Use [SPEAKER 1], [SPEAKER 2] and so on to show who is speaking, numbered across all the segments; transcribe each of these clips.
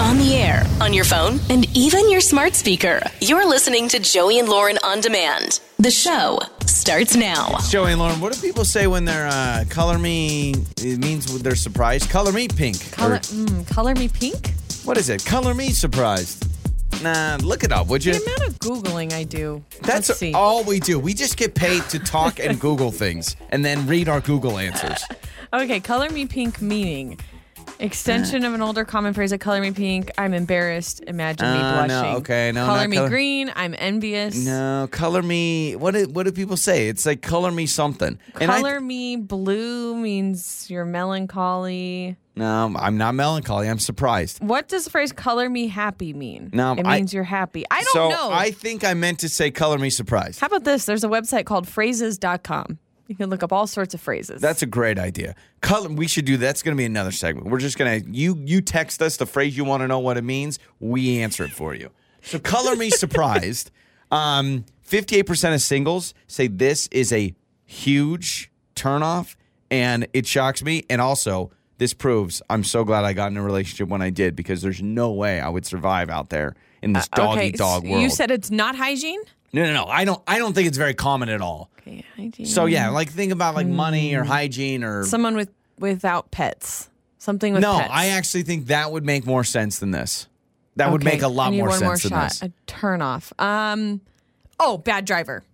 [SPEAKER 1] on the air, on your phone, and even your smart speaker. You're listening to Joey and Lauren on demand. The show starts now.
[SPEAKER 2] Joey and Lauren, what do people say when they're uh, color me? It means they're surprised. Color me pink.
[SPEAKER 3] Color,
[SPEAKER 2] Or-
[SPEAKER 3] mm, color me pink?
[SPEAKER 2] what is it? Color me surprised. Nah, look it up, would you?
[SPEAKER 3] The amount of Googling I do.
[SPEAKER 2] That's
[SPEAKER 3] Let's see.
[SPEAKER 2] all we do. We just get paid to talk and Google things and then read our Google answers.
[SPEAKER 3] Okay, color me pink meaning.
[SPEAKER 2] Uh.
[SPEAKER 3] Extension of an older common phrase like color me pink, I'm embarrassed, imagine me
[SPEAKER 2] Uh, no,
[SPEAKER 3] blushing.
[SPEAKER 2] okay, no,
[SPEAKER 3] Color
[SPEAKER 2] not
[SPEAKER 3] me
[SPEAKER 2] color-
[SPEAKER 3] green, I'm envious.
[SPEAKER 2] No, color me. What do, what do people say? It's like color me something. And I-
[SPEAKER 3] Color me blue means you're melancholy.
[SPEAKER 2] no, I'm not melancholy. I'm surprised.
[SPEAKER 3] What does the phrase color me happy mean?
[SPEAKER 2] No,
[SPEAKER 3] it
[SPEAKER 2] I-
[SPEAKER 3] means you're happy. I don't
[SPEAKER 2] so
[SPEAKER 3] know.
[SPEAKER 2] I think I meant to say color me surprised.
[SPEAKER 3] How about this? There's a website called phrases.com. You can look up all sorts of phrases.
[SPEAKER 2] That's a great idea. Color. We should do. That's going to be another segment. We're just going to you you text us the phrase you want to know what it means. We answer it for you. So color me surprised. Um, fifty-eight percent of singles say this is a huge turnoff, and it shocks me. And also, this proves I'm so glad I got in a relationship when I did because there's no way I would survive out there in this dog
[SPEAKER 3] Uh, okay,
[SPEAKER 2] eat dog
[SPEAKER 3] so
[SPEAKER 2] world.
[SPEAKER 3] You said it's not hygiene?
[SPEAKER 2] no, no, no. I don't. I don't think it's very common at all.
[SPEAKER 3] Okay, hygiene.
[SPEAKER 2] So yeah, like think about like money
[SPEAKER 3] Mm.
[SPEAKER 2] or hygiene or
[SPEAKER 3] Someone with without pets. Something with
[SPEAKER 2] Mm-hmm. no,
[SPEAKER 3] pets.
[SPEAKER 2] I actually think that would make more sense than this. That would make a lot
[SPEAKER 3] I need
[SPEAKER 2] more
[SPEAKER 3] one
[SPEAKER 2] sense
[SPEAKER 3] more
[SPEAKER 2] than
[SPEAKER 3] shot.
[SPEAKER 2] this.
[SPEAKER 3] A turn off. Um, oh, bad driver.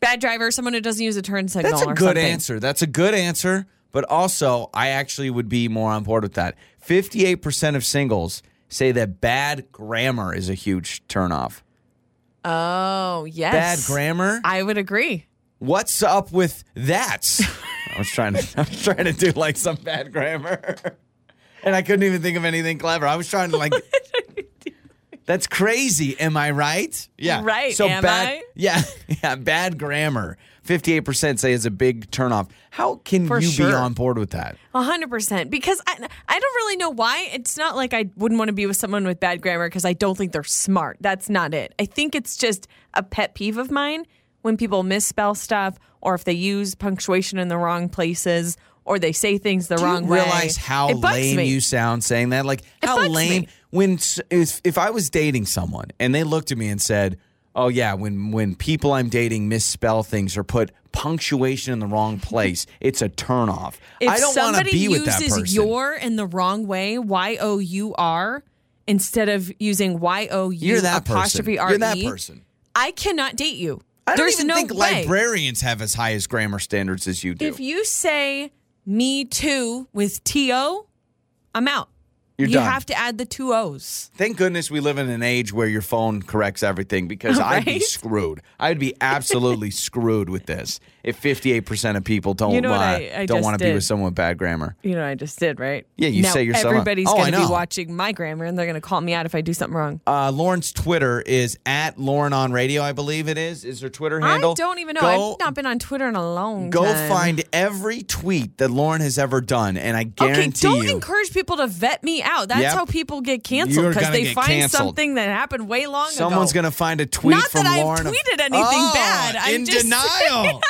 [SPEAKER 3] Bad driver. Someone who doesn't use a turn signal.
[SPEAKER 2] That's a
[SPEAKER 3] or
[SPEAKER 2] good
[SPEAKER 3] something.
[SPEAKER 2] answer. That's a good answer. But also, I actually would be more on board with that. 58% of singles say that bad grammar is a huge turnoff.
[SPEAKER 3] Oh yes.
[SPEAKER 2] Bad grammar?
[SPEAKER 3] I would agree.
[SPEAKER 2] What's up with that? I was trying to I was trying to do like some bad grammar. And I couldn't even think of anything clever. I was trying to like That's crazy, am I right? Yeah.
[SPEAKER 3] Right,
[SPEAKER 2] So
[SPEAKER 3] am
[SPEAKER 2] bad
[SPEAKER 3] I?
[SPEAKER 2] Yeah. Yeah, bad grammar. 58% say it's a big turnoff. How can
[SPEAKER 3] For
[SPEAKER 2] you be
[SPEAKER 3] sure.
[SPEAKER 2] on board with that?
[SPEAKER 3] A hundred percent. Because I, I don't really know why. It's not like I wouldn't want to be with someone with bad grammar because I don't think they're smart. That's not it. I think it's just a pet peeve of mine when people misspell stuff or if they use punctuation in the wrong places or they say things the
[SPEAKER 2] Do
[SPEAKER 3] wrong
[SPEAKER 2] you
[SPEAKER 3] way.
[SPEAKER 2] realize how
[SPEAKER 3] It bugs
[SPEAKER 2] lame
[SPEAKER 3] me.
[SPEAKER 2] you sound saying that? Like how
[SPEAKER 3] bugs
[SPEAKER 2] lame
[SPEAKER 3] me.
[SPEAKER 2] when s- if, if I was dating someone and they looked at me and said, "Oh yeah, when when people I'm dating misspell things or put punctuation in the wrong place, it's a turnoff."
[SPEAKER 3] If
[SPEAKER 2] I don't want to
[SPEAKER 3] somebody
[SPEAKER 2] be with that
[SPEAKER 3] uses
[SPEAKER 2] person.
[SPEAKER 3] your in the wrong way, Y O U R, instead of using Y O U
[SPEAKER 2] You're that
[SPEAKER 3] apostrophe
[SPEAKER 2] person.
[SPEAKER 3] R
[SPEAKER 2] You're that
[SPEAKER 3] E,
[SPEAKER 2] person.
[SPEAKER 3] I cannot date you.
[SPEAKER 2] I don't
[SPEAKER 3] There's
[SPEAKER 2] even
[SPEAKER 3] no
[SPEAKER 2] think
[SPEAKER 3] way.
[SPEAKER 2] librarians have as high as grammar standards as you do.
[SPEAKER 3] if you say me too with T O, I'm out.
[SPEAKER 2] You're
[SPEAKER 3] you
[SPEAKER 2] done.
[SPEAKER 3] have to add the two O's.
[SPEAKER 2] Thank goodness we live in an age where your phone corrects everything because I'd be
[SPEAKER 3] Right?
[SPEAKER 2] screwed. I'd be absolutely screwed with this if 58% of people don't
[SPEAKER 3] You know what
[SPEAKER 2] uh,
[SPEAKER 3] I- I
[SPEAKER 2] don't
[SPEAKER 3] just
[SPEAKER 2] want to be
[SPEAKER 3] did?
[SPEAKER 2] with someone with bad grammar.
[SPEAKER 3] You know, I just did, right?
[SPEAKER 2] Yeah, you
[SPEAKER 3] now
[SPEAKER 2] say yourself out.
[SPEAKER 3] Everybody's
[SPEAKER 2] Oh, I
[SPEAKER 3] going to
[SPEAKER 2] know.
[SPEAKER 3] be watching my grammar and they're going to call me out if I do something wrong.
[SPEAKER 2] Uh, Lauren's Twitter is at Lauren on Radio, I believe it is. Is her Twitter handle?
[SPEAKER 3] I don't even know.
[SPEAKER 2] Go,
[SPEAKER 3] I've not been on Twitter in a long
[SPEAKER 2] go
[SPEAKER 3] time.
[SPEAKER 2] find every tweet that Lauren has ever done, and I
[SPEAKER 3] Okay,
[SPEAKER 2] guarantee
[SPEAKER 3] don't
[SPEAKER 2] you.
[SPEAKER 3] encourage people to vet me out. That's
[SPEAKER 2] Yep.
[SPEAKER 3] how people get
[SPEAKER 2] You're
[SPEAKER 3] canceled because
[SPEAKER 2] gonna
[SPEAKER 3] they
[SPEAKER 2] get
[SPEAKER 3] find
[SPEAKER 2] canceled.
[SPEAKER 3] something that happened way long ago.
[SPEAKER 2] Someone's going to find a tweet
[SPEAKER 3] Not
[SPEAKER 2] from
[SPEAKER 3] that I've
[SPEAKER 2] Lauren. of-
[SPEAKER 3] tweeted anything
[SPEAKER 2] Oh,
[SPEAKER 3] bad. I'm
[SPEAKER 2] in
[SPEAKER 3] just-
[SPEAKER 2] denial.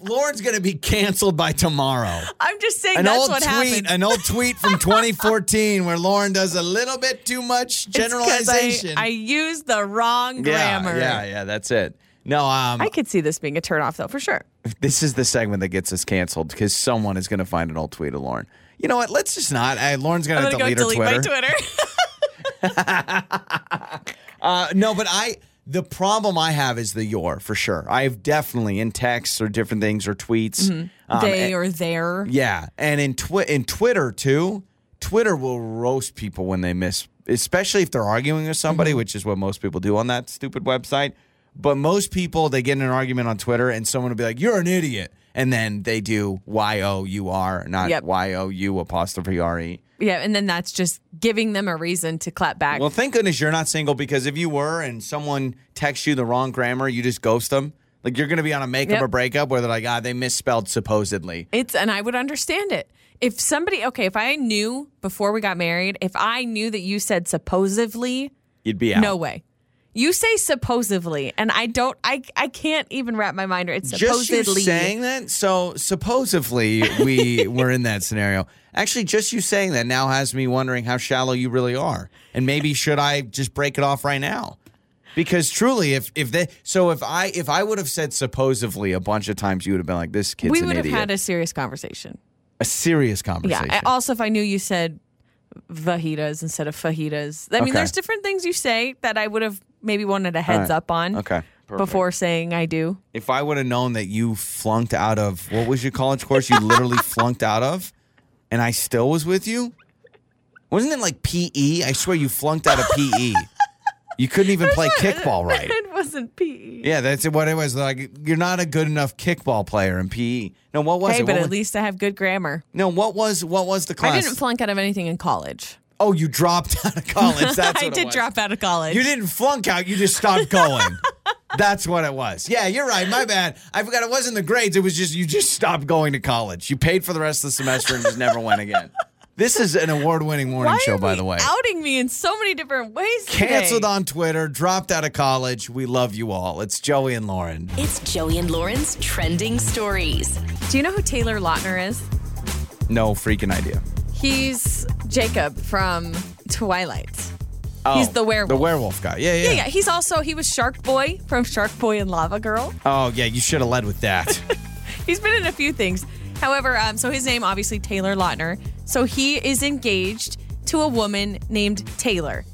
[SPEAKER 2] Lauren's going to be canceled by tomorrow.
[SPEAKER 3] I'm just saying
[SPEAKER 2] An
[SPEAKER 3] that's
[SPEAKER 2] old
[SPEAKER 3] what
[SPEAKER 2] tweet,
[SPEAKER 3] happened.
[SPEAKER 2] an old tweet from 2014 where Lauren does a little bit too much
[SPEAKER 3] It's 'cause
[SPEAKER 2] generalization.
[SPEAKER 3] I, I used the wrong
[SPEAKER 2] yeah,
[SPEAKER 3] grammar.
[SPEAKER 2] yeah, yeah, that's it. No, um,
[SPEAKER 3] I could see this being a turnoff though, for sure.
[SPEAKER 2] this is the segment that gets us canceled because someone is going to find an old tweet of Lauren. You know what? Let's just not. I, Lauren's going to
[SPEAKER 3] I'm gonna
[SPEAKER 2] delete
[SPEAKER 3] go
[SPEAKER 2] her
[SPEAKER 3] delete
[SPEAKER 2] Twitter.
[SPEAKER 3] my Twitter.
[SPEAKER 2] Uh, no, but I the problem I have is the your for sure. I've definitely in texts or different things or tweets. um,
[SPEAKER 3] they
[SPEAKER 2] and-
[SPEAKER 3] or there.
[SPEAKER 2] yeah, and in twi- in Twitter too. Twitter will roast people when they miss, especially if they're arguing with
[SPEAKER 3] Mm-hmm.
[SPEAKER 2] somebody, which is what most people do on that stupid website. But most people they get in an argument on Twitter and someone will be like, "You're an idiot," and then they do y o u r, not
[SPEAKER 3] Yep.
[SPEAKER 2] y o u apostrophe r e.
[SPEAKER 3] Yeah, and then that's just giving them a reason to clap back.
[SPEAKER 2] Well, thank goodness you're not single because if you were and someone texts you the wrong grammar, you just ghost them. Like you're going to be on a makeup
[SPEAKER 3] Yep.
[SPEAKER 2] or breakup where they're like, ah, they misspelled supposedly.
[SPEAKER 3] It's and I would understand it. If somebody okay, if I knew before we got married, if I knew that you said supposedly,
[SPEAKER 2] You'd be out.
[SPEAKER 3] no way. You say supposedly, and I don't. I I can't even wrap my mind around it.
[SPEAKER 2] Just
[SPEAKER 3] Supposedly,
[SPEAKER 2] you saying that. So supposedly we were in that scenario. Actually, just you saying that now has me wondering how shallow you really are, and maybe should I just break it off right now? Because truly, if if they so if I if I would have said supposedly a bunch of times, you would have been like, "This kid's
[SPEAKER 3] we
[SPEAKER 2] an
[SPEAKER 3] would have
[SPEAKER 2] idiot."
[SPEAKER 3] had a serious conversation.
[SPEAKER 2] a serious
[SPEAKER 3] Yeah.
[SPEAKER 2] conversation.
[SPEAKER 3] I- Also, if I knew you said vajitas instead of fajitas, I mean,
[SPEAKER 2] Okay.
[SPEAKER 3] there's different things you say that I would have maybe wanted a heads
[SPEAKER 2] right.
[SPEAKER 3] up on.
[SPEAKER 2] Okay, perfect.
[SPEAKER 3] Before saying I do.
[SPEAKER 2] if I would have known that you flunked out of what was your college course you literally flunked out of, and I still was with you, wasn't it like PE? I swear you flunked out of PE. You couldn't even play kickball right.
[SPEAKER 3] it wasn't E. PE.
[SPEAKER 2] Yeah, that's what it was. Like you're not a good enough kickball player in PE. No, what was it?
[SPEAKER 3] Hey, but
[SPEAKER 2] What
[SPEAKER 3] at
[SPEAKER 2] was-
[SPEAKER 3] least I have good grammar.
[SPEAKER 2] no, what was what was the class?
[SPEAKER 3] I didn't flunk out of anything in college.
[SPEAKER 2] oh, you dropped out of college. That's what
[SPEAKER 3] I
[SPEAKER 2] it
[SPEAKER 3] did
[SPEAKER 2] was.
[SPEAKER 3] drop out of college.
[SPEAKER 2] You didn't flunk out, you just stopped going. That's what it was. Yeah, you're right. My bad. I forgot it wasn't the grades. It was just you just stopped going to college. You paid for the rest of the semester and just never went again. This is an award-winning morning
[SPEAKER 3] Why
[SPEAKER 2] show,
[SPEAKER 3] are
[SPEAKER 2] by
[SPEAKER 3] we
[SPEAKER 2] the way.
[SPEAKER 3] outing me in so many different ways.
[SPEAKER 2] Canceled
[SPEAKER 3] today?
[SPEAKER 2] on Twitter, dropped out of college. We love you all. It's Joey and Lauren.
[SPEAKER 1] It's Joey and Lauren's trending stories.
[SPEAKER 3] Do you know who Taylor Lautner is?
[SPEAKER 2] No freaking idea.
[SPEAKER 3] He's Jacob from Twilight.
[SPEAKER 2] Oh,
[SPEAKER 3] He's the werewolf.
[SPEAKER 2] The werewolf guy. Yeah, yeah.
[SPEAKER 3] Yeah, yeah. He's also he was Shark Boy from Shark Boy and Lava Girl.
[SPEAKER 2] Oh, yeah. You should have led with that.
[SPEAKER 3] He's been in a few things. However, um, so his name obviously Taylor Lautner. So he is engaged to a woman named Taylor.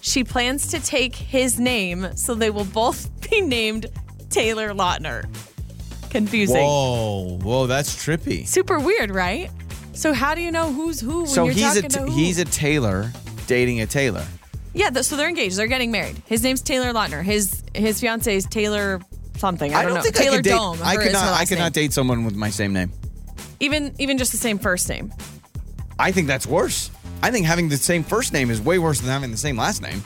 [SPEAKER 3] She plans to take his name, so they will both be named Taylor Lautner. Confusing.
[SPEAKER 2] whoa, whoa. That's trippy.
[SPEAKER 3] Super weird, right? So how do you know who's who when
[SPEAKER 2] So
[SPEAKER 3] you're
[SPEAKER 2] he's a
[SPEAKER 3] talking to who?
[SPEAKER 2] he's a Taylor dating a Taylor.
[SPEAKER 3] Yeah, th- so they're engaged. They're getting married. His name's Taylor Lautner. His his fiance is Taylor something. I don't, know.
[SPEAKER 2] think
[SPEAKER 3] Taylor
[SPEAKER 2] I could date.
[SPEAKER 3] Dome.
[SPEAKER 2] I
[SPEAKER 3] her-
[SPEAKER 2] could
[SPEAKER 3] is her
[SPEAKER 2] not. I
[SPEAKER 3] last
[SPEAKER 2] could not
[SPEAKER 3] name.
[SPEAKER 2] date someone with my same name.
[SPEAKER 3] Even even just the same first name.
[SPEAKER 2] I think that's worse. I think having the same first name is way worse than having the same last name.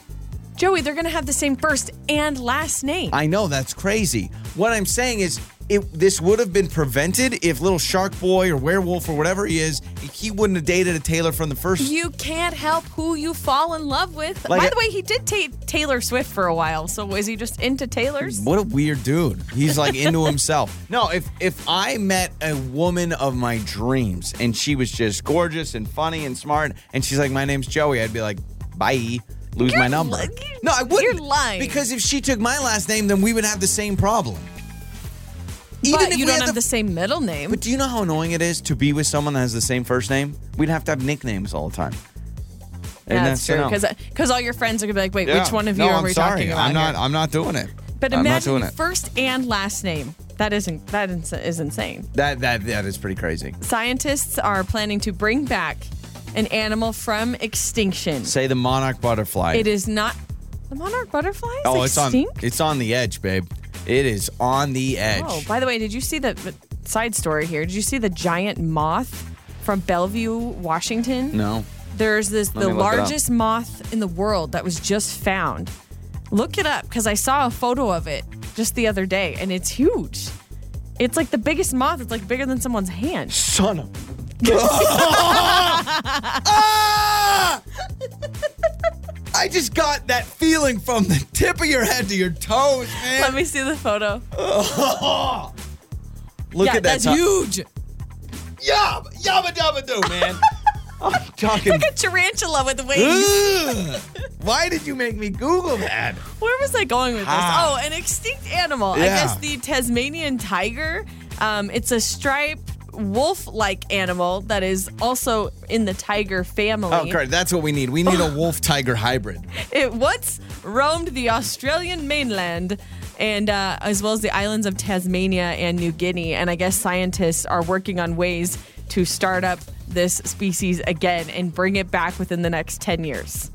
[SPEAKER 3] Joey, they're gonna have the same first and last name.
[SPEAKER 2] I know that's crazy. What I'm saying is, it, this would have been prevented if little Shark Boy or Werewolf or whatever he is, he wouldn't have dated a Taylor from the first.
[SPEAKER 3] you can't help who you fall in love with.
[SPEAKER 2] Like
[SPEAKER 3] By
[SPEAKER 2] I-
[SPEAKER 3] the way, he did date Taylor Swift for a while. So was he just into Taylor's?
[SPEAKER 2] What a weird dude. He's like into himself. No, if if I met a woman of my dreams and she was just gorgeous and funny and smart and she's like, My name's Joey, I'd be like, Bye. Lose my
[SPEAKER 3] You're
[SPEAKER 2] number.
[SPEAKER 3] li-
[SPEAKER 2] no, I wouldn't.
[SPEAKER 3] you're lying.
[SPEAKER 2] Because if she took my last name, then we would have the same problem. Even
[SPEAKER 3] But
[SPEAKER 2] if we
[SPEAKER 3] you don't
[SPEAKER 2] had
[SPEAKER 3] have the same middle name.
[SPEAKER 2] But do you know how annoying it is to be with someone that has the same first name? We'd have to have nicknames all the time. And
[SPEAKER 3] that's
[SPEAKER 2] so
[SPEAKER 3] true.
[SPEAKER 2] no.
[SPEAKER 3] Because all your friends are gonna be like, wait,
[SPEAKER 2] Yeah.
[SPEAKER 3] which one of you
[SPEAKER 2] No,
[SPEAKER 3] are
[SPEAKER 2] I'm
[SPEAKER 3] we
[SPEAKER 2] sorry.
[SPEAKER 3] talking about?
[SPEAKER 2] I'm
[SPEAKER 3] here?
[SPEAKER 2] not. I'm not doing it.
[SPEAKER 3] But
[SPEAKER 2] I'm not doing
[SPEAKER 3] imagine
[SPEAKER 2] it.
[SPEAKER 3] first and last name. That isn't that is, is insane.
[SPEAKER 2] That that that is pretty crazy.
[SPEAKER 3] Scientists are planning to bring back an animal from extinction.
[SPEAKER 2] Say the monarch butterfly.
[SPEAKER 3] It is not the monarch butterfly. Is
[SPEAKER 2] Oh, it's on.
[SPEAKER 3] extinct?
[SPEAKER 2] It's on the edge, babe. It is on the edge.
[SPEAKER 3] Oh, by the way, did you see the the side story here? Did you see the giant moth from Bellevue, Washington?
[SPEAKER 2] no.
[SPEAKER 3] There's this the
[SPEAKER 2] me look it up.
[SPEAKER 3] largest moth in the world that was just found. Look it up because I saw a photo of it just the other day, and it's huge. It's like the biggest moth. It's like bigger than someone's hand.
[SPEAKER 2] Son of. Ah! I just got that feeling from the tip of your head to your toes, man.
[SPEAKER 3] Let me see the photo.
[SPEAKER 2] Look
[SPEAKER 3] yeah,
[SPEAKER 2] at that.
[SPEAKER 3] that's
[SPEAKER 2] top-
[SPEAKER 3] huge.
[SPEAKER 2] Yab, yabba dabba doo, man. I'm talking.
[SPEAKER 3] Like a tarantula with wings.
[SPEAKER 2] Ugh. Why did you make me Google that?
[SPEAKER 3] Where was I going with this?
[SPEAKER 2] Ah.
[SPEAKER 3] Oh, an extinct animal. I
[SPEAKER 2] Yeah.
[SPEAKER 3] guess the Tasmanian tiger. Um, it's a striped wolf-like animal that is also in the tiger family.
[SPEAKER 2] Oh, great. That's what we need. We need a wolf tiger hybrid.
[SPEAKER 3] It once roamed the Australian mainland and uh, as well as the islands of Tasmania and New Guinea. And I guess scientists are working on ways to start up this species again and bring it back within the next 10 years.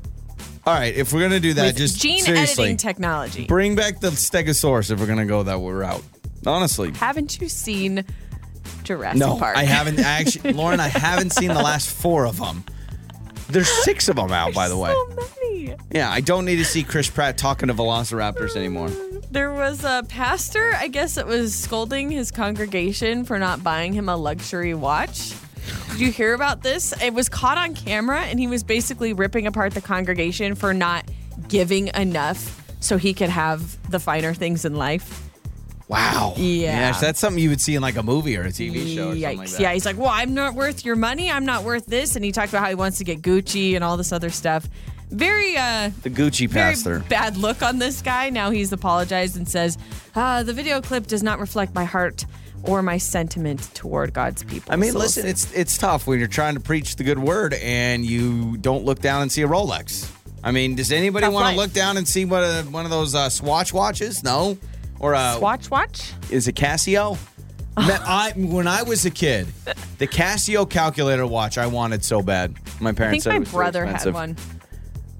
[SPEAKER 2] All right, if we're gonna do that,
[SPEAKER 3] With
[SPEAKER 2] just
[SPEAKER 3] gene
[SPEAKER 2] seriously,
[SPEAKER 3] editing technology.
[SPEAKER 2] Bring back the Stegosaurus if we're gonna go that route. Honestly,
[SPEAKER 3] Haven't you seen Jurassic
[SPEAKER 2] no,
[SPEAKER 3] Park?
[SPEAKER 2] I haven't. I actually, Lauren, I haven't seen the last four of them. There's six of them out, by the way.
[SPEAKER 3] So many.
[SPEAKER 2] Yeah, I don't need to see Chris Pratt talking to Velociraptors anymore.
[SPEAKER 3] There was a pastor, I guess it was scolding his congregation for not buying him a luxury watch. Did you hear about this? It was caught on camera and he was basically ripping apart the congregation for not giving enough so he could have the finer things in life.
[SPEAKER 2] Wow.
[SPEAKER 3] Yeah.
[SPEAKER 2] Gosh, that's something you would see in like a movie or a TV show or something like
[SPEAKER 3] Yikes.
[SPEAKER 2] that.
[SPEAKER 3] yeah, he's like, well, I'm not worth your money. I'm not worth this. And he talked about how he wants to get Gucci and all this other stuff. Very, uh,
[SPEAKER 2] The Gucci
[SPEAKER 3] very
[SPEAKER 2] pastor.
[SPEAKER 3] bad look on this guy. Now he's apologized and says, uh, the video clip does not reflect my heart or my sentiment toward God's people.
[SPEAKER 2] I mean,
[SPEAKER 3] So we'll
[SPEAKER 2] listen,
[SPEAKER 3] see.
[SPEAKER 2] it's it's tough when you're trying to preach the good word and you don't look down and see a Rolex. I mean, does anybody
[SPEAKER 3] Tough
[SPEAKER 2] want
[SPEAKER 3] life.
[SPEAKER 2] to look down and see what a, one of those uh, Swatch watches? No, or a,
[SPEAKER 3] Swatch, watch.
[SPEAKER 2] is it Casio? Man, I, when I was a kid, the Casio calculator watch I wanted so bad. My
[SPEAKER 3] I
[SPEAKER 2] parents
[SPEAKER 3] think
[SPEAKER 2] said it
[SPEAKER 3] my
[SPEAKER 2] was too
[SPEAKER 3] brother had
[SPEAKER 2] expensive.
[SPEAKER 3] one.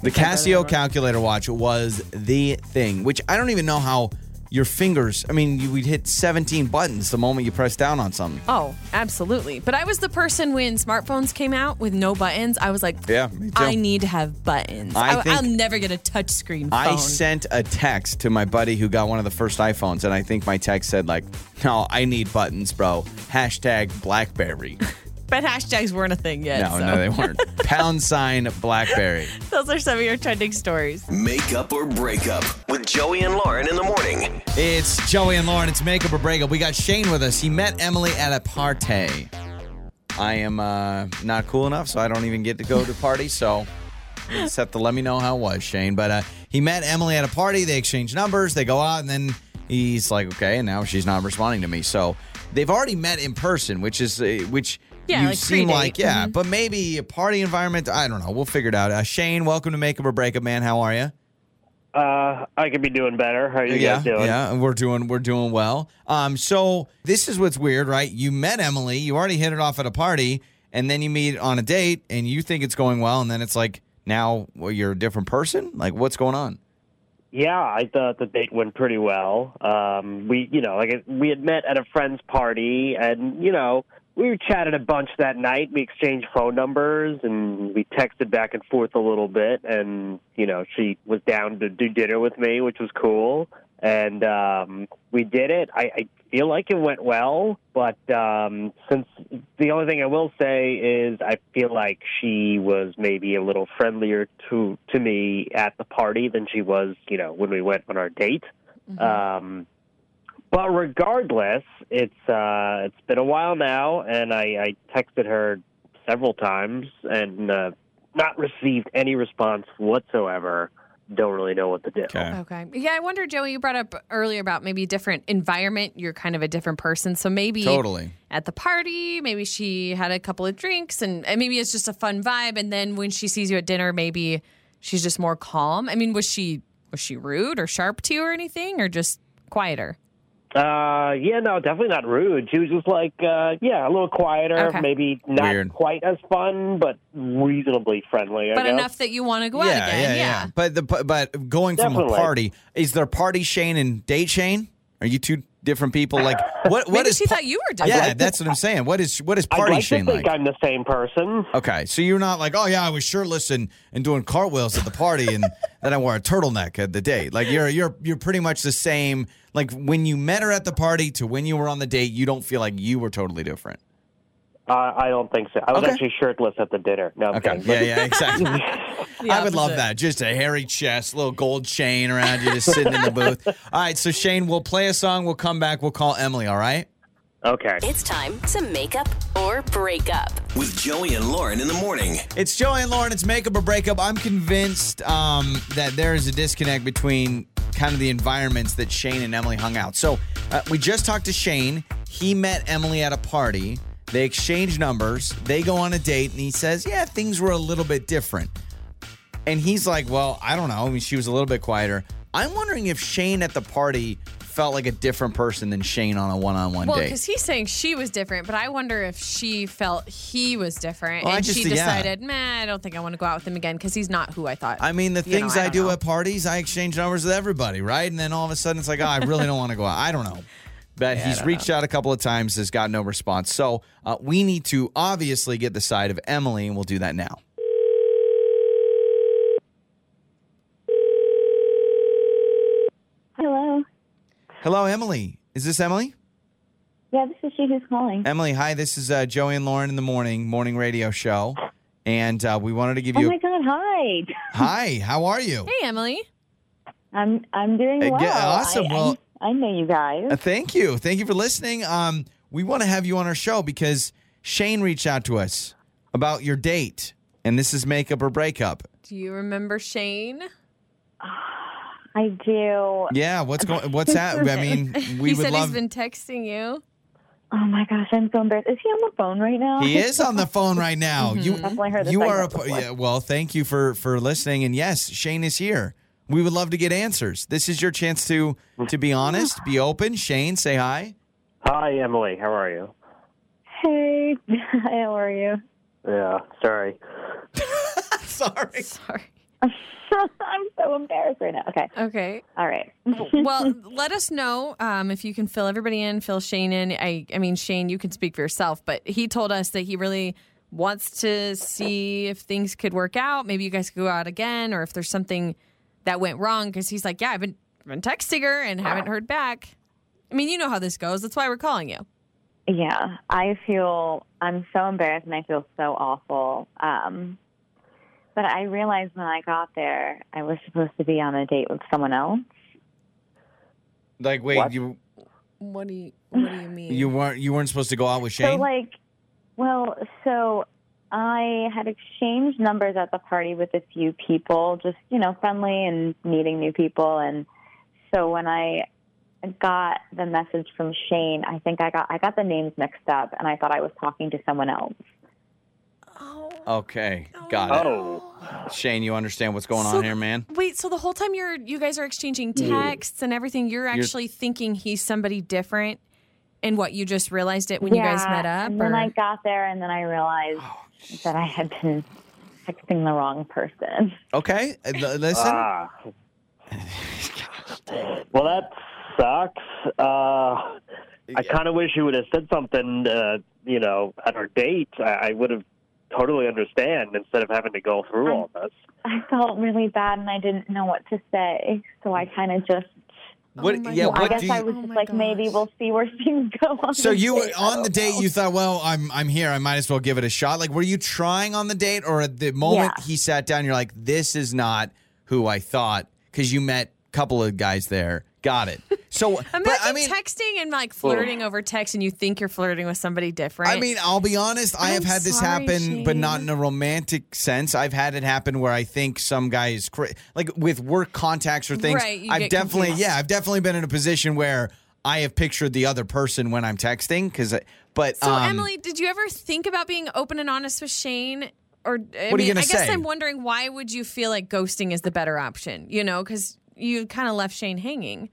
[SPEAKER 2] The Casio calculator watch was the thing, which I don't even know how your fingers. I mean, you would hit 17 buttons the moment you press down on something.
[SPEAKER 3] Oh, absolutely. But I was the person when smartphones came out with no buttons. I was like,
[SPEAKER 2] Yeah, me too.
[SPEAKER 3] I need to have buttons.
[SPEAKER 2] I
[SPEAKER 3] I
[SPEAKER 2] think-
[SPEAKER 3] will never get a touchscreen phone.
[SPEAKER 2] I sent a text to my buddy who got one of the first iPhones, and I think my text said like, "No, I need buttons, bro." Hashtag BlackBerry.
[SPEAKER 3] but hashtags weren't a thing yet.
[SPEAKER 2] No,
[SPEAKER 3] so.
[SPEAKER 2] no, they weren't. Pound sign BlackBerry.
[SPEAKER 3] Those are some of your trending stories.
[SPEAKER 2] Mm.
[SPEAKER 4] Make up or break up with Joey and Lauren in the morning.
[SPEAKER 2] It's Joey and Lauren. It's makeup or breakup. We got Shane with us. He met Emily at a party. I am uh, not cool enough, so I don't even get to go to parties. So, except to let me know how it was, Shane. But uh, he met Emily at a party. They exchange numbers. They go out, and then he's like, "Okay," and now she's not responding to me. So they've already met in person, which is uh, which
[SPEAKER 3] Yeah,
[SPEAKER 2] you
[SPEAKER 3] like Mm-hmm.
[SPEAKER 2] seem
[SPEAKER 3] pre-date.
[SPEAKER 2] like, yeah. But maybe a party environment. I don't know. We'll figure it out. Uh, Shane, welcome to Makeup or Breakup, man. How are you?
[SPEAKER 5] Uh, I could be doing better. How are you
[SPEAKER 2] yeah,
[SPEAKER 5] guys doing?
[SPEAKER 2] Yeah, we're doing we're doing well. Um, so this is what's weird, right? You met Emily, you already hit it off at a party, and then you meet on a date, and you think it's going well, and then it's like now well, you're a different person. Like what's going on?
[SPEAKER 5] Yeah, I thought the date went pretty well. Um, we, you know, like we had met at a friend's party, and you know, we chatted a bunch that night. We exchanged phone numbers, and we texted back and forth a little bit. And you know, she was down to do dinner with me, which was cool. And um, we did it. I, I feel like it went well, but um, since the only thing I will say is I feel like she was maybe a little friendlier to to me at the party than she was, you know, when we went on our date. Um, but regardless, it's uh, it's been a while now, and I, I texted her several times and uh, not received any response whatsoever. Don't really know what to do.
[SPEAKER 3] Okay. Yeah, I wonder, Joey, you brought up earlier about maybe a different environment. You're kind of a different person. So maybe
[SPEAKER 2] Totally.
[SPEAKER 3] at the party, maybe she had a couple of drinks and, and maybe it's just a fun vibe. And then when she sees you at dinner, maybe she's just more calm. I mean, was she was she rude or sharp to you or anything or just quieter?
[SPEAKER 5] Uh, yeah, no, definitely not rude. She was just like, uh, yeah, a little quieter,
[SPEAKER 3] Okay.
[SPEAKER 5] maybe not
[SPEAKER 2] Weird.
[SPEAKER 5] quite as fun, but reasonably friendly. I
[SPEAKER 3] But
[SPEAKER 5] guess.
[SPEAKER 3] enough that you want to go out again.
[SPEAKER 2] But the but going from a
[SPEAKER 5] Definitely.
[SPEAKER 2] party is there party Shane and date Shane? Are you two different people? Like what what
[SPEAKER 3] Maybe
[SPEAKER 2] is
[SPEAKER 3] she
[SPEAKER 2] pa-
[SPEAKER 3] thought you were
[SPEAKER 2] yeah,
[SPEAKER 3] different.
[SPEAKER 2] that's what I'm saying. What is what is
[SPEAKER 5] I'd
[SPEAKER 2] party
[SPEAKER 5] like
[SPEAKER 2] Shane
[SPEAKER 5] to
[SPEAKER 2] like?
[SPEAKER 5] think I'm the same person.
[SPEAKER 2] Okay, so you're not like, oh yeah, I was shirtless and, and doing cartwheels at the party, and then I wore a turtleneck at the date. Like you're you're you're pretty much the same. Like when you met her at the party to when you were on the date, you don't feel like you were totally different.
[SPEAKER 5] Uh, I don't think so. I was
[SPEAKER 2] Okay.
[SPEAKER 5] actually shirtless at the dinner. No, I'm
[SPEAKER 2] Okay,
[SPEAKER 5] kidding.
[SPEAKER 2] yeah, yeah, exactly.
[SPEAKER 3] The
[SPEAKER 2] I would love
[SPEAKER 3] opposite.
[SPEAKER 2] that. Just a hairy chest, little gold chain around you, just sitting in the booth. All right, so Shane, we'll play a song. We'll come back. We'll call Emily. All right.
[SPEAKER 5] Okay.
[SPEAKER 1] It's time to make up or break up.
[SPEAKER 4] With Joey and Lauren in the morning.
[SPEAKER 2] It's Joey and Lauren. It's makeup or breakup. I'm convinced um, that there is a disconnect between kind of the environments that Shane and Emily hung out. So uh, we just talked to Shane. He met Emily at a party. They exchange numbers. They go on a date, and he says, "Yeah, things were a little bit different." And he's like, "Well, I don't know. I mean, she was a little bit quieter." I'm wondering if Shane at the party felt like a different person than Shane on a one-on-one
[SPEAKER 3] Well,
[SPEAKER 2] date.
[SPEAKER 3] because he's saying she was different, but I wonder if she felt he was different,
[SPEAKER 2] Well, I
[SPEAKER 3] and
[SPEAKER 2] just-
[SPEAKER 3] she
[SPEAKER 2] yeah.
[SPEAKER 3] decided, "Man, I don't think I want to go out with him again because he's not who I thought."
[SPEAKER 2] I mean, the
[SPEAKER 3] You know,
[SPEAKER 2] things I,
[SPEAKER 3] don't
[SPEAKER 2] do
[SPEAKER 3] know.
[SPEAKER 2] at parties, I exchange numbers with everybody, right? And then all of a sudden, it's like, oh, I really don't want to go out. I don't know. But he's reached out a couple of times, has got no response. So uh, we need to obviously get the side of Emily, and we'll do that now.
[SPEAKER 6] Hello.
[SPEAKER 2] Hello, Emily. Is this Emily?
[SPEAKER 6] Yeah, this is she who's calling.
[SPEAKER 2] Emily, hi. This is uh, Joey and Lauren in the morning morning radio show, and uh, we wanted to give
[SPEAKER 6] Oh
[SPEAKER 2] you.
[SPEAKER 6] my God! Hi.
[SPEAKER 2] hi. How are you?
[SPEAKER 3] Hey, Emily.
[SPEAKER 6] I'm I'm doing
[SPEAKER 2] Hey,
[SPEAKER 6] well.
[SPEAKER 2] get- awesome.
[SPEAKER 6] I, I-
[SPEAKER 2] Well-
[SPEAKER 6] I, know you guys.
[SPEAKER 2] Uh, thank you. Thank you for listening. Um, we want to have you on our show because Shane reached out to us about your date, and this is makeup or breakup.
[SPEAKER 3] Do you remember Shane?
[SPEAKER 6] I do. Oh
[SPEAKER 2] Yeah, what's going? What's that? I mean, we
[SPEAKER 3] he
[SPEAKER 2] would
[SPEAKER 3] said
[SPEAKER 2] love.
[SPEAKER 3] he's been texting you.
[SPEAKER 6] Oh my gosh, I'm so embarrassed. Is he on the phone right now?
[SPEAKER 2] he is on the phone right now. You,
[SPEAKER 6] Definitely heard this
[SPEAKER 2] you are a
[SPEAKER 6] segment
[SPEAKER 2] p-
[SPEAKER 6] before.
[SPEAKER 2] yeah, well. Thank you for for listening, and yes, Shane is here. We would love to get answers. This is your chance to to be honest, be open. Shane, say hi.
[SPEAKER 7] Hi, Emily. How are you?
[SPEAKER 6] Hey, how are you?
[SPEAKER 7] Yeah, sorry.
[SPEAKER 2] Sorry.
[SPEAKER 3] Sorry.
[SPEAKER 6] I'm so embarrassed right now. Okay,
[SPEAKER 3] Okay.
[SPEAKER 6] all right.
[SPEAKER 3] well, let us know um, if you can fill everybody in, fill Shane in. I, I mean, Shane, you can speak for yourself, but he told us that he really wants to see if things could work out. Maybe you guys could go out again, or if there's something that went wrong. Because he's like, yeah, I've been, I've been texting her and haven't heard back. I mean, you know how this goes. That's why we're calling you.
[SPEAKER 6] Yeah, I feel I'm so embarrassed and I feel so awful. Um, but I realized when I got there, I was supposed to be on a date with someone else.
[SPEAKER 2] Like, wait,
[SPEAKER 7] What?
[SPEAKER 2] you
[SPEAKER 3] What do you What do you mean?
[SPEAKER 2] you weren't you weren't supposed to go out with Shane?
[SPEAKER 6] So like, well, so I had exchanged numbers at the party with a few people, just you know, friendly and meeting new people. And so when I got the message from Shane, I think I got I got the names mixed up, and I thought I was talking to someone else.
[SPEAKER 2] okay, got
[SPEAKER 7] Oh,
[SPEAKER 2] it. Shane, you understand what's going
[SPEAKER 3] So-
[SPEAKER 2] on here, man?
[SPEAKER 3] Wait, so the whole time you're you guys are exchanging texts and everything, you're actually thinking he's somebody different, and what you just realized it when you guys met up.
[SPEAKER 6] And then
[SPEAKER 3] or-
[SPEAKER 6] I got there, and then I realized that I had been texting the wrong person.
[SPEAKER 2] Okay, uh, l- listen.
[SPEAKER 7] ah. Well, that sucks. Uh, I kind of wish you would have said something, uh, you know, at our date. I, I would have totally understand instead of having to go through all this.
[SPEAKER 6] I felt really bad, and I didn't know what to say, so I kind of just.
[SPEAKER 2] what?
[SPEAKER 3] my
[SPEAKER 2] yeah.
[SPEAKER 3] God.
[SPEAKER 6] I
[SPEAKER 2] What
[SPEAKER 6] guess
[SPEAKER 2] do
[SPEAKER 6] I
[SPEAKER 2] you?
[SPEAKER 6] was
[SPEAKER 3] Oh
[SPEAKER 6] just
[SPEAKER 3] my
[SPEAKER 6] like, maybe
[SPEAKER 3] gosh.
[SPEAKER 6] we'll see where things go. On
[SPEAKER 2] So
[SPEAKER 6] this
[SPEAKER 2] you
[SPEAKER 6] date. Oh. I
[SPEAKER 2] on
[SPEAKER 6] don't
[SPEAKER 2] the date
[SPEAKER 6] know.
[SPEAKER 2] you thought, well, I'm I'm here. I might as well give it a shot. Like, were you trying on the date, or at the moment
[SPEAKER 6] Yeah.
[SPEAKER 2] he sat down, you're like, this is not who I thought because you met a couple of guys there. Got it. So,
[SPEAKER 3] Imagine
[SPEAKER 2] but I mean,
[SPEAKER 3] texting and like flirting over text, and you think you're flirting with somebody different.
[SPEAKER 2] I mean, I'll be honest. I have
[SPEAKER 3] I'm
[SPEAKER 2] had this
[SPEAKER 3] sorry,
[SPEAKER 2] happen, but not in
[SPEAKER 3] Shane.
[SPEAKER 2] a romantic sense. I've had it happen where I think some guy is cra- like with work contacts or things.
[SPEAKER 3] Right, you
[SPEAKER 2] I've
[SPEAKER 3] get
[SPEAKER 2] definitely,
[SPEAKER 3] confused.
[SPEAKER 2] yeah, I've definitely been in a position where I have pictured the other person when I'm texting. Because, but
[SPEAKER 3] so
[SPEAKER 2] um,
[SPEAKER 3] Emily, did you ever think about being open and honest with Shane? Or I
[SPEAKER 2] What are you
[SPEAKER 3] mean,
[SPEAKER 2] gonna
[SPEAKER 3] I guess
[SPEAKER 2] say?
[SPEAKER 3] I'm wondering why would you feel like ghosting is the better option? You know, because you kind of left Shane hanging.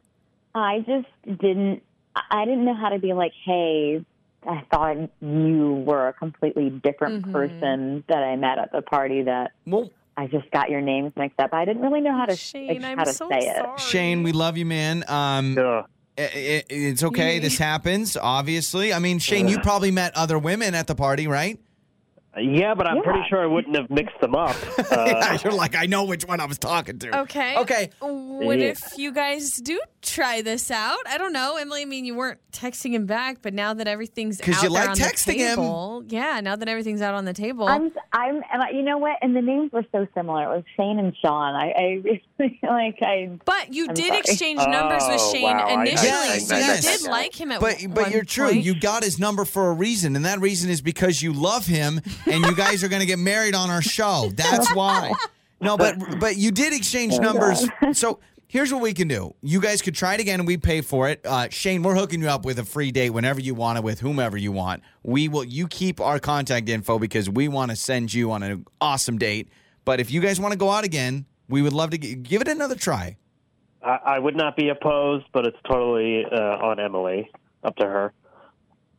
[SPEAKER 6] I just didn't. I I didn't know how to be like, hey, I thought you were a completely different
[SPEAKER 3] Mm-hmm.
[SPEAKER 6] person that I met at the party. That
[SPEAKER 2] well,
[SPEAKER 6] I just got your names mixed up. I didn't really know how to
[SPEAKER 3] Shane,
[SPEAKER 6] how
[SPEAKER 3] I'm
[SPEAKER 6] to
[SPEAKER 3] so
[SPEAKER 6] say it.
[SPEAKER 3] sorry.
[SPEAKER 2] Shane, we love you, man. Um,
[SPEAKER 7] Ugh.
[SPEAKER 2] i i it's okay. This happens, obviously. I mean, Shane, you probably met other women at the party, right?
[SPEAKER 7] Yeah, but I'm
[SPEAKER 6] Yeah.
[SPEAKER 7] pretty sure I wouldn't have mixed them up. Uh,
[SPEAKER 2] Yeah, you're like, I know which one I was talking to.
[SPEAKER 3] Okay.
[SPEAKER 2] Okay.
[SPEAKER 3] What
[SPEAKER 7] Yeah.
[SPEAKER 3] if you guys do try this out? I don't know, Emily. I mean, you weren't texting him back, but now that everything's out
[SPEAKER 2] 'Cause you
[SPEAKER 3] there
[SPEAKER 2] like
[SPEAKER 3] on
[SPEAKER 2] texting
[SPEAKER 3] the
[SPEAKER 2] him.
[SPEAKER 3] table, yeah. Now that everything's out on the table,
[SPEAKER 6] I'm, I'm, and I- you know what? And the names were so similar. It was Shane and Sean. I, I really, like, I,
[SPEAKER 3] but you did
[SPEAKER 6] sorry.
[SPEAKER 3] exchange numbers with
[SPEAKER 7] Oh,
[SPEAKER 3] Shane
[SPEAKER 7] wow, I- I-
[SPEAKER 3] initially,
[SPEAKER 2] I-
[SPEAKER 3] so
[SPEAKER 2] I-
[SPEAKER 3] you
[SPEAKER 2] yes.
[SPEAKER 3] did like him at
[SPEAKER 2] But
[SPEAKER 3] one
[SPEAKER 2] but you're true.
[SPEAKER 3] point.
[SPEAKER 2] You got his number for a reason, and that reason is because you love him, and you guys are going to get married on our show. That's why. No, but but you did exchange numbers. So here's what we can do. You guys could try it again, and we pay for it. Uh, Shane, we're hooking you up with a free date whenever you want it with whomever you want. We will. You keep our contact info because we want to send you on an awesome date. But if you guys want to go out again, we would love to g- give it another try.
[SPEAKER 7] I, I would not be opposed, but it's totally uh, on Emily, up to her.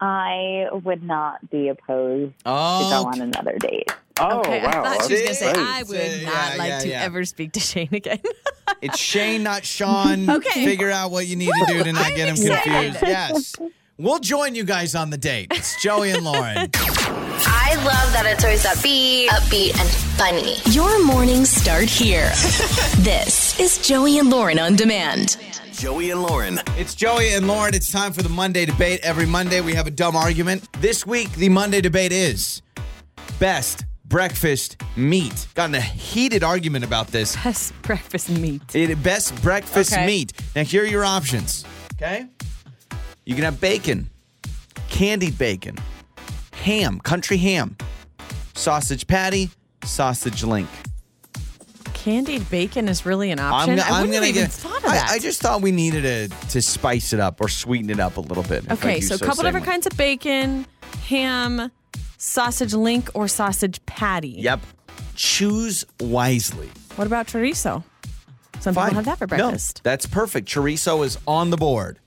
[SPEAKER 6] I would not be opposed to
[SPEAKER 2] Oh,
[SPEAKER 6] go on another date.
[SPEAKER 7] Oh
[SPEAKER 3] okay, I
[SPEAKER 7] wow!
[SPEAKER 3] thought she was gonna say
[SPEAKER 2] okay.
[SPEAKER 3] I would
[SPEAKER 2] Yeah,
[SPEAKER 3] not like
[SPEAKER 2] yeah,
[SPEAKER 3] to
[SPEAKER 2] yeah.
[SPEAKER 3] ever speak to Shane again.
[SPEAKER 2] It's Shane, not Sean.
[SPEAKER 3] Okay.
[SPEAKER 2] Figure out what you need to do to not
[SPEAKER 3] I'm
[SPEAKER 2] get him
[SPEAKER 3] excited.
[SPEAKER 2] confused. Yes. We'll join you guys on the date. It's Joey and Lauren.
[SPEAKER 8] I love that it's always upbeat, upbeat and funny.
[SPEAKER 1] Your mornings start here. this is Joey and Lauren on demand.
[SPEAKER 4] Joey and Lauren.
[SPEAKER 2] it's Joey and Lauren. It's time for the Monday debate. Every Monday we have a dumb argument. This week the Monday debate is best breakfast meat. Got in a heated argument about this.
[SPEAKER 3] Best breakfast meat.
[SPEAKER 2] It best breakfast
[SPEAKER 3] Okay.
[SPEAKER 2] meat. Now here are your options. Okay? You can have bacon, candied bacon, ham, country ham, sausage patty, sausage link.
[SPEAKER 3] Candied bacon is really an option.
[SPEAKER 2] go-
[SPEAKER 3] I wouldn't
[SPEAKER 2] gonna
[SPEAKER 3] have even
[SPEAKER 2] get-
[SPEAKER 3] thought of
[SPEAKER 2] I-
[SPEAKER 3] that.
[SPEAKER 2] I, just thought we needed to to spice it up or sweeten it up a little bit. if I
[SPEAKER 3] okay,
[SPEAKER 2] do
[SPEAKER 3] so a couple
[SPEAKER 2] say
[SPEAKER 3] different
[SPEAKER 2] my-
[SPEAKER 3] kinds of bacon, ham, sausage link, or sausage patty.
[SPEAKER 2] Yep. Choose wisely.
[SPEAKER 3] What about chorizo? Some
[SPEAKER 2] Fine.
[SPEAKER 3] people have that for
[SPEAKER 2] No,
[SPEAKER 3] breakfast.
[SPEAKER 2] that's perfect. Chorizo is on the board.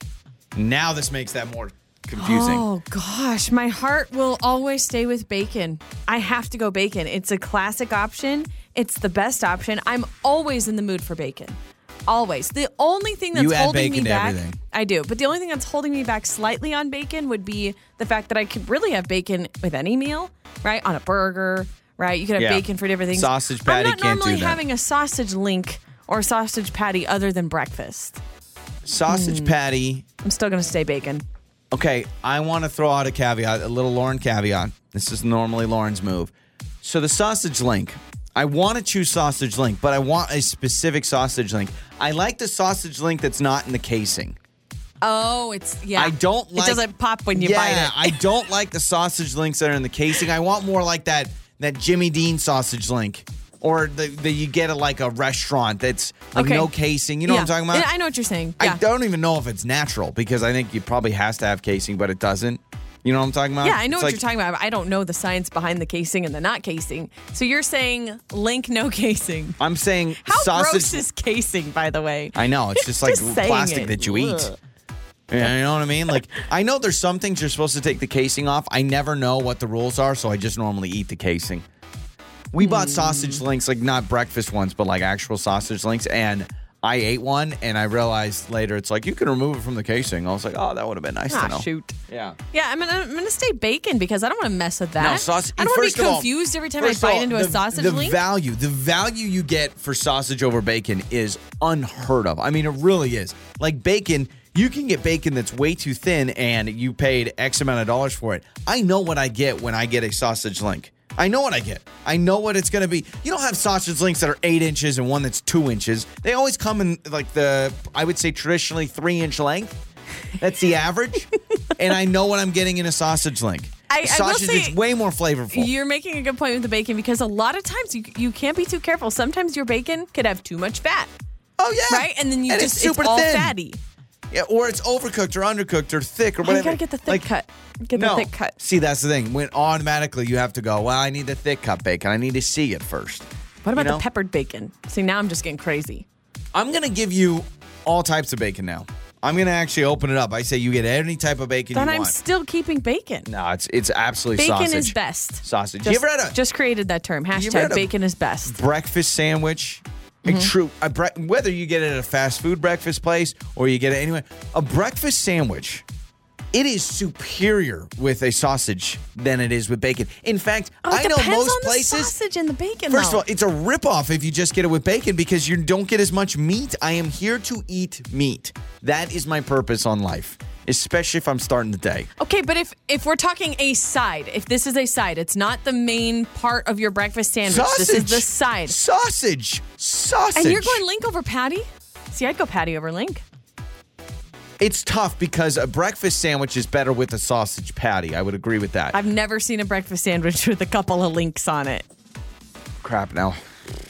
[SPEAKER 2] Now this makes that more confusing.
[SPEAKER 3] Oh gosh, my heart will always stay with bacon. I have to go bacon. It's a classic option. It's the best option. I'm always in the mood for bacon. Always. The only thing that's
[SPEAKER 2] You add
[SPEAKER 3] holding
[SPEAKER 2] bacon
[SPEAKER 3] me
[SPEAKER 2] to
[SPEAKER 3] back,
[SPEAKER 2] everything.
[SPEAKER 3] I do. But the only thing that's holding me back slightly on bacon would be the fact that I could really have bacon with any meal, right? On a burger, right? You could have
[SPEAKER 2] Yeah.
[SPEAKER 3] bacon for different things.
[SPEAKER 2] Sausage patty
[SPEAKER 3] I'm not
[SPEAKER 2] can't do
[SPEAKER 3] normally
[SPEAKER 2] that.
[SPEAKER 3] having a sausage link or sausage patty other than breakfast.
[SPEAKER 2] Sausage
[SPEAKER 3] Hmm.
[SPEAKER 2] patty.
[SPEAKER 3] I'm still going to stay bacon.
[SPEAKER 2] Okay, I want to throw out a caveat, a little Lauren caveat. This is normally Lauren's move. So the sausage link. I want to choose sausage link, but I want a specific sausage link. I like the sausage link that's not in the casing.
[SPEAKER 3] Oh, it's yeah.
[SPEAKER 2] I don't like
[SPEAKER 3] It doesn't pop when you
[SPEAKER 2] yeah,
[SPEAKER 3] bite it.
[SPEAKER 2] I don't like the sausage links that are in the casing. I want more like that that Jimmy Dean sausage link. Or the, the you get at like a restaurant that's like
[SPEAKER 3] Okay.
[SPEAKER 2] no casing. You know what
[SPEAKER 3] Yeah.
[SPEAKER 2] I'm talking about?
[SPEAKER 3] Yeah, I know what you're saying.
[SPEAKER 2] I
[SPEAKER 3] Yeah.
[SPEAKER 2] don't even know if it's natural because I think you probably has to have casing, but it doesn't. You know what I'm talking about?
[SPEAKER 3] yeah, I know
[SPEAKER 2] It's
[SPEAKER 3] what
[SPEAKER 2] like-
[SPEAKER 3] you're talking about. I don't know the science behind the casing and the not casing. So you're saying link no casing.
[SPEAKER 2] I'm saying
[SPEAKER 3] How
[SPEAKER 2] sausage.
[SPEAKER 3] gross is casing, by the way?
[SPEAKER 2] I know it's just like
[SPEAKER 3] Just saying
[SPEAKER 2] plastic
[SPEAKER 3] it.
[SPEAKER 2] that you eat.
[SPEAKER 3] Ugh.
[SPEAKER 2] Yeah, you know what I mean? Like I know there's some things you're supposed to take the casing off. I never know what the rules are, so I just normally eat the casing. We bought sausage
[SPEAKER 3] Mm.
[SPEAKER 2] links, like not breakfast ones, but like actual sausage links, and I ate one and I realized later it's like you can remove it from the casing. I was like, oh, that would have been nice to know.
[SPEAKER 3] Ah, shoot.
[SPEAKER 2] Yeah.
[SPEAKER 3] Yeah, I'm gonna, I'm gonna stay bacon because I don't want to mess with that.
[SPEAKER 2] No, sausage.
[SPEAKER 3] I don't want
[SPEAKER 2] first
[SPEAKER 3] to
[SPEAKER 2] of
[SPEAKER 3] be
[SPEAKER 2] all-
[SPEAKER 3] confused every time I
[SPEAKER 2] first of
[SPEAKER 3] bite
[SPEAKER 2] all,
[SPEAKER 3] into a
[SPEAKER 2] the-
[SPEAKER 3] sausage
[SPEAKER 2] The
[SPEAKER 3] link.
[SPEAKER 2] value, the value you get for sausage over bacon is unheard of. I mean, it really is. Like bacon, you can get bacon that's way too thin, and you paid X amount of dollars for it. I know what I get when I get a sausage link. I know what I get. I know what it's going to be. You don't have sausage links that are eight inches and one that's two inches. They always come in like the, I would say traditionally three inch length. That's the average. and I know what I'm getting in a sausage link.
[SPEAKER 3] I- I will
[SPEAKER 2] sausage
[SPEAKER 3] say-
[SPEAKER 2] is way more flavorful.
[SPEAKER 3] You're making a good point with the bacon because a lot of times you, you can't be too careful. Sometimes your bacon could have too much fat,
[SPEAKER 2] Oh yeah,
[SPEAKER 3] right? And then you
[SPEAKER 2] it's
[SPEAKER 3] just
[SPEAKER 2] super
[SPEAKER 3] all
[SPEAKER 2] thin,
[SPEAKER 3] fatty.
[SPEAKER 2] Yeah, or it's overcooked or undercooked or thick or
[SPEAKER 3] Oh,
[SPEAKER 2] whatever.
[SPEAKER 3] you gotta get the thick
[SPEAKER 2] Like,
[SPEAKER 3] cut. Get
[SPEAKER 2] no.
[SPEAKER 3] the thick cut.
[SPEAKER 2] See, that's the thing. When automatically you have to go. Well, I need the thick cut bacon. I need to see it first.
[SPEAKER 3] What about
[SPEAKER 2] know?
[SPEAKER 3] the peppered bacon? See, now I'm just getting crazy.
[SPEAKER 2] I'm gonna give you all types of bacon now. I'm gonna actually open it up. I say you get any type of bacon
[SPEAKER 3] Then
[SPEAKER 2] you
[SPEAKER 3] I'm
[SPEAKER 2] want.
[SPEAKER 3] still keeping bacon.
[SPEAKER 2] no, it's it's absolutely
[SPEAKER 3] bacon
[SPEAKER 2] sausage.
[SPEAKER 3] is best.
[SPEAKER 2] Sausage.
[SPEAKER 3] Just,
[SPEAKER 2] you ever had a
[SPEAKER 3] just created that term.
[SPEAKER 2] ever had
[SPEAKER 3] Hashtag
[SPEAKER 2] a-
[SPEAKER 3] bacon is best.
[SPEAKER 2] breakfast sandwich.
[SPEAKER 3] Mm-hmm.
[SPEAKER 2] A true, a bre- whether you get it at a fast food breakfast place or you get it anywhere, a breakfast sandwich, it is superior with a sausage than it is with bacon. In fact,
[SPEAKER 3] Oh, it
[SPEAKER 2] I know
[SPEAKER 3] depends
[SPEAKER 2] most
[SPEAKER 3] on the
[SPEAKER 2] places.
[SPEAKER 3] sausage and the bacon.
[SPEAKER 2] First of
[SPEAKER 3] though.
[SPEAKER 2] all, it's a ripoff if you just get it with bacon because you don't get as much meat. I am here to eat meat. That is my purpose on life, especially if I'm starting the day.
[SPEAKER 3] Okay, but if if we're talking a side, if this is a side, it's not the main part of your breakfast sandwich.
[SPEAKER 2] Sausage.
[SPEAKER 3] This is the side.
[SPEAKER 2] Sausage. Sausage.
[SPEAKER 3] And you're going link over patty? See, I'd go patty over link.
[SPEAKER 2] It's tough because a breakfast sandwich is better with a sausage patty. I would agree with that.
[SPEAKER 3] I've never seen a breakfast sandwich with a couple of links on it.
[SPEAKER 2] Crap now.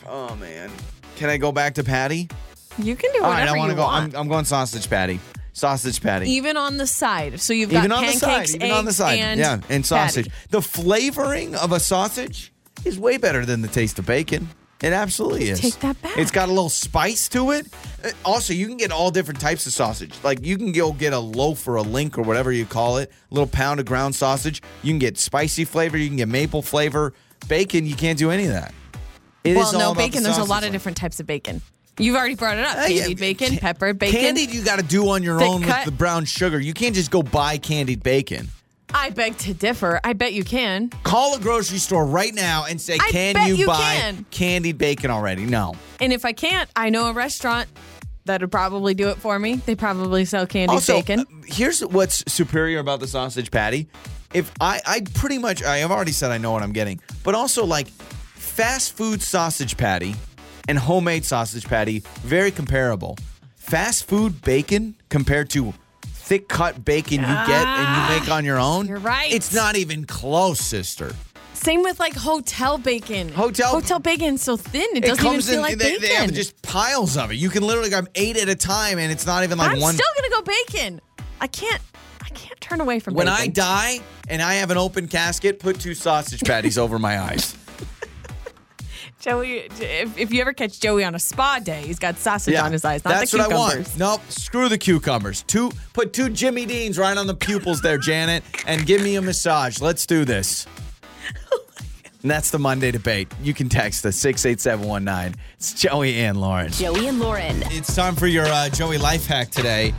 [SPEAKER 2] Oh man. Can I go back to patty?
[SPEAKER 3] You can do Oh, whatever
[SPEAKER 2] All right, I
[SPEAKER 3] you
[SPEAKER 2] wanna go.
[SPEAKER 3] want.
[SPEAKER 2] I'm, I'm going sausage patty. Sausage patty.
[SPEAKER 3] even on the side. So you've got
[SPEAKER 2] Even on the
[SPEAKER 3] pancakes,
[SPEAKER 2] side. Even on the
[SPEAKER 3] eggs,
[SPEAKER 2] side.
[SPEAKER 3] and
[SPEAKER 2] yeah, and sausage.
[SPEAKER 3] patty.
[SPEAKER 2] The flavoring of a sausage is way better than the taste of bacon. It absolutely is.
[SPEAKER 3] Take that back.
[SPEAKER 2] It's got a little spice to it. Uh, Also, you can get all different types of sausage. Like you can go get a loaf or a link or whatever you call it, a little pound of ground sausage. You can get spicy flavor. You can get maple flavor. Bacon, you can't do any of that. It is
[SPEAKER 3] Well,
[SPEAKER 2] all
[SPEAKER 3] no
[SPEAKER 2] about the
[SPEAKER 3] bacon. There's a
[SPEAKER 2] sausage
[SPEAKER 3] lot of
[SPEAKER 2] one.
[SPEAKER 3] different types of bacon. You've already brought it up.
[SPEAKER 2] Uh,
[SPEAKER 3] Candied
[SPEAKER 2] yeah,
[SPEAKER 3] bacon,
[SPEAKER 2] can-
[SPEAKER 3] pepper bacon.
[SPEAKER 2] Candied, you got to do on your
[SPEAKER 3] Thick
[SPEAKER 2] own
[SPEAKER 3] cut.
[SPEAKER 2] with the brown sugar. You can't just go buy candied bacon.
[SPEAKER 3] I beg to differ. I bet you can.
[SPEAKER 2] call a grocery store right now and say,
[SPEAKER 3] I
[SPEAKER 2] "Can
[SPEAKER 3] bet
[SPEAKER 2] you,
[SPEAKER 3] you
[SPEAKER 2] buy
[SPEAKER 3] can."
[SPEAKER 2] candied bacon already?" No.
[SPEAKER 3] And if I can't, I know a restaurant that would probably do it for me. They probably sell candied
[SPEAKER 2] also,
[SPEAKER 3] bacon.
[SPEAKER 2] uh, here's what's superior about the sausage patty: if I, I pretty much, I have already said I know what I'm getting, but also like fast food sausage patty and homemade sausage patty, very comparable. Fast food bacon compared to thick cut bacon you get and you make on your own.
[SPEAKER 3] Ah, You're right.
[SPEAKER 2] It's not even close, sister.
[SPEAKER 3] Same with like hotel bacon.
[SPEAKER 2] Hotel-
[SPEAKER 3] hotel bacon's so thin it, doesn't even feel like
[SPEAKER 2] they,
[SPEAKER 3] bacon.
[SPEAKER 2] they have just piles of it. You can literally grab eight at a time, and it's not even like
[SPEAKER 3] I'm
[SPEAKER 2] one.
[SPEAKER 3] still gonna go bacon. I can't. I can't turn away from
[SPEAKER 2] when
[SPEAKER 3] bacon.
[SPEAKER 2] I die and I have an open casket, put two sausage patties over my eyes.
[SPEAKER 3] Joey, if, if you ever catch Joey on a spa day, he's got sausage on his eyes, not
[SPEAKER 2] that's
[SPEAKER 3] the
[SPEAKER 2] what I
[SPEAKER 3] cucumbers.
[SPEAKER 2] want. Nope, screw the cucumbers. Two, put two Jimmy Deans right on the pupils there, Janet, and give me a massage. Let's do this. And that's the Monday debate. You can text us 68719. It's Joey and Lauren.
[SPEAKER 1] Joey and Lauren.
[SPEAKER 2] It's time for your uh, Joey life hack today.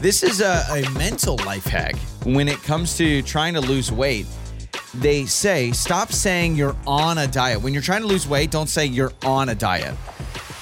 [SPEAKER 2] This is a, a mental life hack. When it comes to trying to lose weight, they say stop saying you're on a diet. When you're trying to lose weight, don't say you're on a diet.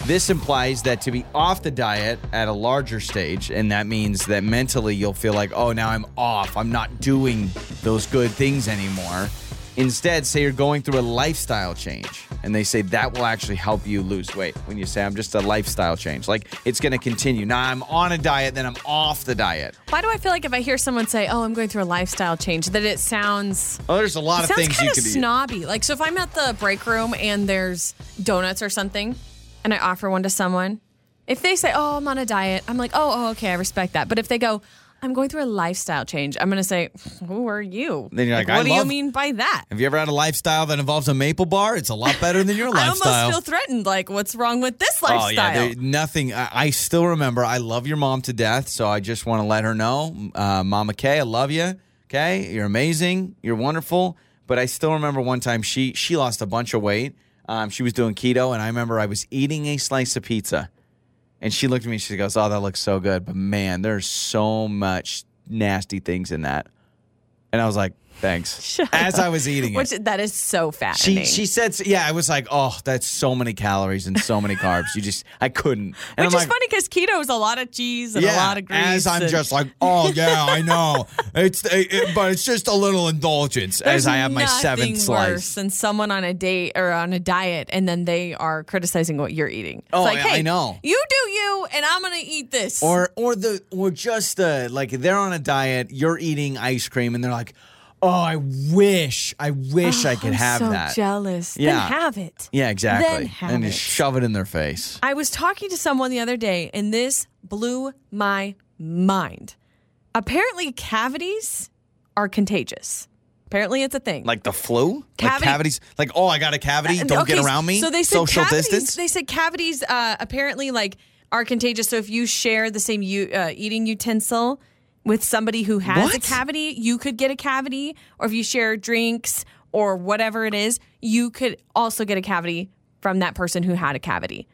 [SPEAKER 2] This implies that to be off the diet at a larger stage, and that means that mentally you'll feel like, oh, now I'm off. I'm not doing those good things anymore. Instead, say you're going through a lifestyle change, and they say that will actually help you lose weight when you say, I'm just a lifestyle change. Like it's going to continue. Now I'm on a diet, then I'm off the diet.
[SPEAKER 3] Why do I feel like if I hear someone say, "Oh, I'm going through a lifestyle change," that it sounds
[SPEAKER 2] Oh, there's a lot
[SPEAKER 3] it
[SPEAKER 2] of
[SPEAKER 3] sounds
[SPEAKER 2] things
[SPEAKER 3] kind
[SPEAKER 2] you
[SPEAKER 3] of
[SPEAKER 2] could be.
[SPEAKER 3] snobby. Like, so if I'm at the break room and there's donuts or something, and I offer one to someone, if they say, "Oh, I'm on a diet," I'm like, "Oh, oh okay, I respect that." But if they go, "I'm going through a lifestyle change," I'm going to say, "Who are you?"
[SPEAKER 2] Then you're like,
[SPEAKER 3] "What
[SPEAKER 2] "I
[SPEAKER 3] do you
[SPEAKER 2] love-
[SPEAKER 3] mean by that?"
[SPEAKER 2] Have you ever had a lifestyle that involves a maple bar? It's a lot better than your
[SPEAKER 3] I
[SPEAKER 2] lifestyle.
[SPEAKER 3] almost feel threatened. Like, what's wrong with this lifestyle?
[SPEAKER 2] Oh yeah, there- nothing. I, I still remember. I love your mom to death, so I just want to let her know, uh, Mama Kay, I love you. Okay, you're amazing. You're wonderful. But I still remember one time she she lost a bunch of weight. Um, she was doing keto, and I remember I was eating a slice of pizza, and she looked at me. and She goes, "Oh, that looks so good, but man, there's so much nasty things in that." And I was like, "Thanks." As I was eating it,
[SPEAKER 3] Which that is so
[SPEAKER 2] she
[SPEAKER 3] fascinating.
[SPEAKER 2] she said, yeah, I was like, oh, that's so many calories and so many carbs. You just, I couldn't. And I'm
[SPEAKER 3] Which is
[SPEAKER 2] like,
[SPEAKER 3] funny because keto is a lot of cheese and a lot of grease.
[SPEAKER 2] As I'm
[SPEAKER 3] and-
[SPEAKER 2] just like, oh yeah, I know. It's it, it- but it's just a little indulgence as
[SPEAKER 3] There's
[SPEAKER 2] I have my
[SPEAKER 3] nothing
[SPEAKER 2] seventh
[SPEAKER 3] worse
[SPEAKER 2] slice.
[SPEAKER 3] than someone on a date or on a diet, and then they are criticizing what you're eating. It's
[SPEAKER 2] Oh,
[SPEAKER 3] like,
[SPEAKER 2] I- I
[SPEAKER 3] hey,
[SPEAKER 2] know.
[SPEAKER 3] You do you, and I'm gonna eat this.
[SPEAKER 2] Or or the or just the like they're on a diet, you're eating ice cream, and they're like, oh, I wish, I wish I could
[SPEAKER 3] Oh, I'm
[SPEAKER 2] have
[SPEAKER 3] so
[SPEAKER 2] that.
[SPEAKER 3] jealous. Then
[SPEAKER 2] Yeah.
[SPEAKER 3] have it.
[SPEAKER 2] Yeah, exactly.
[SPEAKER 3] Then have
[SPEAKER 2] and
[SPEAKER 3] it.
[SPEAKER 2] just shove it in their face.
[SPEAKER 3] I was talking to someone the other day, and this blew my mind. Apparently, cavities are contagious. Apparently, it's a thing.
[SPEAKER 2] Like the flu, like
[SPEAKER 3] Cavity-
[SPEAKER 2] cavities. Like oh, I got a cavity. Don't
[SPEAKER 3] Okay,
[SPEAKER 2] get around me.
[SPEAKER 3] So they said
[SPEAKER 2] social
[SPEAKER 3] cavities,
[SPEAKER 2] distance.
[SPEAKER 3] They said cavities uh, apparently like are contagious. So if you share the same u- uh, eating utensil with somebody who has a
[SPEAKER 2] What?
[SPEAKER 3] cavity, you could get a cavity. Or if you share drinks or whatever it is, you could also get a cavity from that person who had a cavity.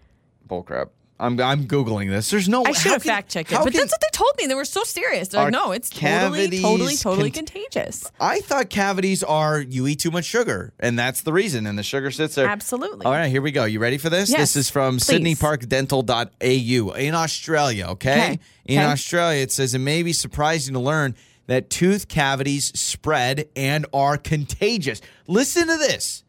[SPEAKER 2] bull crap. I'm I'm googling this. There's no.
[SPEAKER 3] I should have fact checked it, but that's what they told me. They were so serious. They're
[SPEAKER 2] Are
[SPEAKER 3] like, no, it's totally, totally,
[SPEAKER 2] cavities
[SPEAKER 3] totally
[SPEAKER 2] cont-
[SPEAKER 3] contagious.
[SPEAKER 2] I thought cavities are you eat too much sugar, and that's the reason. And the sugar sits there.
[SPEAKER 3] Absolutely.
[SPEAKER 2] All right, here we go. You ready for this?
[SPEAKER 3] Yes,
[SPEAKER 2] This is from
[SPEAKER 3] please.
[SPEAKER 2] sydneyparkdental.au in Australia, okay?
[SPEAKER 3] Okay,
[SPEAKER 2] In
[SPEAKER 3] okay.
[SPEAKER 2] Australia, it says it may be surprising to learn that tooth cavities spread and are contagious. Listen to this.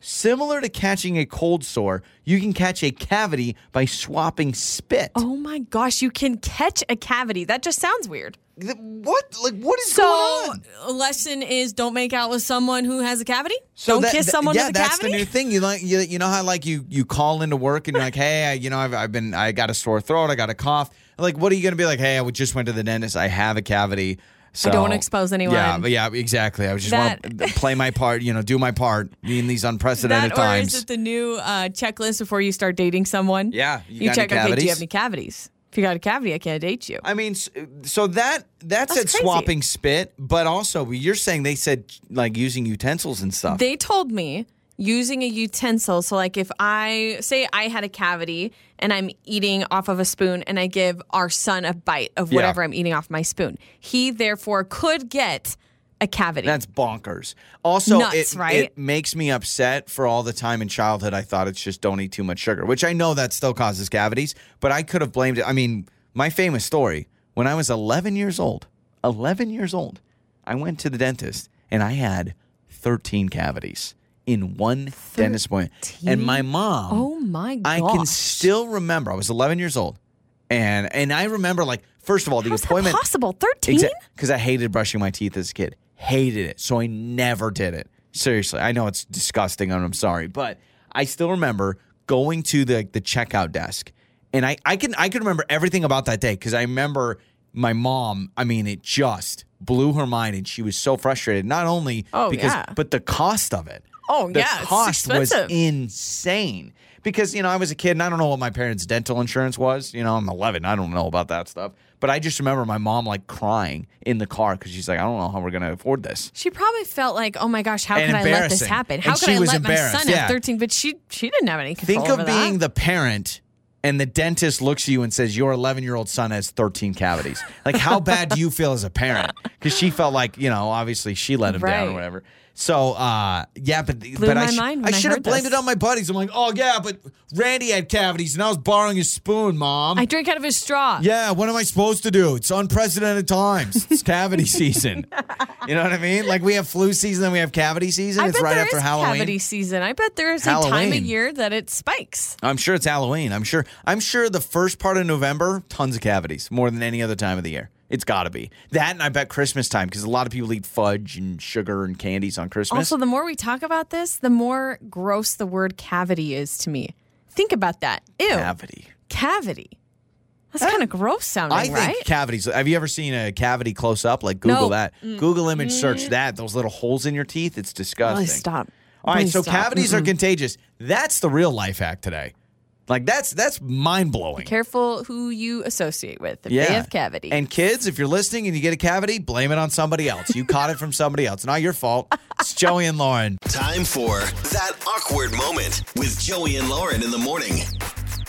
[SPEAKER 2] Similar to catching a cold sore, you can catch a cavity by swapping spit.
[SPEAKER 3] Oh my gosh, you can catch a cavity. That just sounds weird.
[SPEAKER 2] Th- What? Like what is going
[SPEAKER 3] So,
[SPEAKER 2] on?
[SPEAKER 3] lesson is don't make out with someone who has a cavity.
[SPEAKER 2] So
[SPEAKER 3] don't
[SPEAKER 2] that-
[SPEAKER 3] kiss
[SPEAKER 2] that-
[SPEAKER 3] someone
[SPEAKER 2] yeah,
[SPEAKER 3] with a
[SPEAKER 2] that's
[SPEAKER 3] cavity.
[SPEAKER 2] the new thing. You like you, you know how like you you call into work and you're like, hey, I, you know, I've, I've been I got a sore throat, I got a cough. Like, what are you gonna be like? Hey, I would- just went to the dentist. I have a cavity. So,
[SPEAKER 3] don't wanna expose anyone.
[SPEAKER 2] Yeah, but yeah, exactly. I just want to
[SPEAKER 3] That-
[SPEAKER 2] play my part. You know, do my part in these unprecedented
[SPEAKER 3] that or
[SPEAKER 2] times.
[SPEAKER 3] is it the new uh, checklist before you start dating someone?
[SPEAKER 2] Yeah, you
[SPEAKER 3] you
[SPEAKER 2] got any
[SPEAKER 3] check. Okay, do
[SPEAKER 2] cavities?
[SPEAKER 3] you have any cavities? If you got a cavity, I can't date you.
[SPEAKER 2] I mean, s- so that that said
[SPEAKER 3] crazy.
[SPEAKER 2] swapping spit, but also you're saying they said like using utensils and stuff.
[SPEAKER 3] They told me using a utensil. So, like, if I say I had a cavity and I'm eating off of a spoon and I give our son a bite of
[SPEAKER 2] Yeah.
[SPEAKER 3] whatever I'm eating off my spoon, he therefore could get a cavity.
[SPEAKER 2] That's bonkers. Also,
[SPEAKER 3] Nuts,
[SPEAKER 2] it,
[SPEAKER 3] right?
[SPEAKER 2] it makes me upset for all the time in childhood I thought it's just don't eat too much sugar, which I know that still causes cavities, but I could have blamed it. I mean, my famous story when I was 11 years old, 11 years old, I went to the dentist and I had 13 cavities in one dentist appointment. And my mom,
[SPEAKER 3] Oh my
[SPEAKER 2] I can
[SPEAKER 3] gosh.
[SPEAKER 2] still remember. I was 11 years old, and and I remember like first of all the
[SPEAKER 3] How's that
[SPEAKER 2] appointment
[SPEAKER 3] possible? 13?
[SPEAKER 2] because I hated brushing my teeth as a kid. Hated it. So I never did it. Seriously. I know it's disgusting and I'm sorry, but I still remember going to the the checkout desk and I, I can I can remember everything about that day because I remember my mom, I mean, it just blew her mind and she was so frustrated. Not only
[SPEAKER 3] Oh,
[SPEAKER 2] because
[SPEAKER 3] yeah.
[SPEAKER 2] but the cost of it.
[SPEAKER 3] Oh,
[SPEAKER 2] the
[SPEAKER 3] yeah, it's
[SPEAKER 2] cost was
[SPEAKER 3] expensive.
[SPEAKER 2] insane because you know I was a kid and I don't know what my parents' dental insurance was. You know I'm 11, I don't know about that stuff, but I just remember my mom like crying in the car because she's like, I don't know how we're gonna afford this.
[SPEAKER 3] She probably felt like, oh my gosh, how
[SPEAKER 2] And
[SPEAKER 3] could I let this
[SPEAKER 2] embarrassing.
[SPEAKER 3] happen?
[SPEAKER 2] And
[SPEAKER 3] How
[SPEAKER 2] she
[SPEAKER 3] could I
[SPEAKER 2] was
[SPEAKER 3] let my son
[SPEAKER 2] embarrassed, yeah.
[SPEAKER 3] at 13? But she she didn't have any control
[SPEAKER 2] Think of
[SPEAKER 3] over
[SPEAKER 2] being
[SPEAKER 3] that.
[SPEAKER 2] the parent and the dentist looks at you and says your 11 year old son has 13 cavities. Like how bad do you feel as a parent? Because she felt like you know obviously she let him down or
[SPEAKER 3] Right.
[SPEAKER 2] whatever. So uh, yeah, but
[SPEAKER 3] Blew
[SPEAKER 2] but I,
[SPEAKER 3] my mind
[SPEAKER 2] I
[SPEAKER 3] when I
[SPEAKER 2] should have
[SPEAKER 3] heard
[SPEAKER 2] blamed
[SPEAKER 3] this.
[SPEAKER 2] it on my buddies. I'm like, oh yeah, but Randy had cavities and I was borrowing his spoon, mom.
[SPEAKER 3] I drink out of his straw.
[SPEAKER 2] Yeah, what am I supposed to do? It's unprecedented times. It's cavity season. You know what I mean? Like we have flu season, then we have cavity season.
[SPEAKER 3] I
[SPEAKER 2] it's
[SPEAKER 3] bet
[SPEAKER 2] right
[SPEAKER 3] there
[SPEAKER 2] after
[SPEAKER 3] is
[SPEAKER 2] Halloween.
[SPEAKER 3] cavity season. I bet there is a time of
[SPEAKER 2] Halloween.
[SPEAKER 3] year that it spikes.
[SPEAKER 2] I'm sure it's Halloween. I'm sure. I'm sure the first part of November, tons of cavities, more than any other time of the year. It's got to be that, and I bet Christmas time because a lot of people eat fudge and sugar and candies on Christmas.
[SPEAKER 3] Also, the more we talk about this, the more gross the word cavity is to me. Think about that. Ew.
[SPEAKER 2] cavity.
[SPEAKER 3] Cavity. That's kind of gross sounding,
[SPEAKER 2] Eh, I think
[SPEAKER 3] right?
[SPEAKER 2] cavities. Have you ever seen a cavity close up? Like Google
[SPEAKER 3] No. Mm.
[SPEAKER 2] that. Google image search that. Those little holes in your teeth. It's disgusting.
[SPEAKER 3] Please stop.
[SPEAKER 2] All right,
[SPEAKER 3] Please
[SPEAKER 2] so
[SPEAKER 3] stop.
[SPEAKER 2] cavities are contagious. That's the real life hack today. Like that's that's mind blowing.
[SPEAKER 3] Careful who you associate with if
[SPEAKER 2] Yeah.
[SPEAKER 3] they have cavity.
[SPEAKER 2] And kids, if you're listening and you get a cavity, blame it on somebody else. You caught it from somebody else. Not your fault. It's Joey and Lauren.
[SPEAKER 4] Time for that awkward moment with Joey and Lauren in the morning.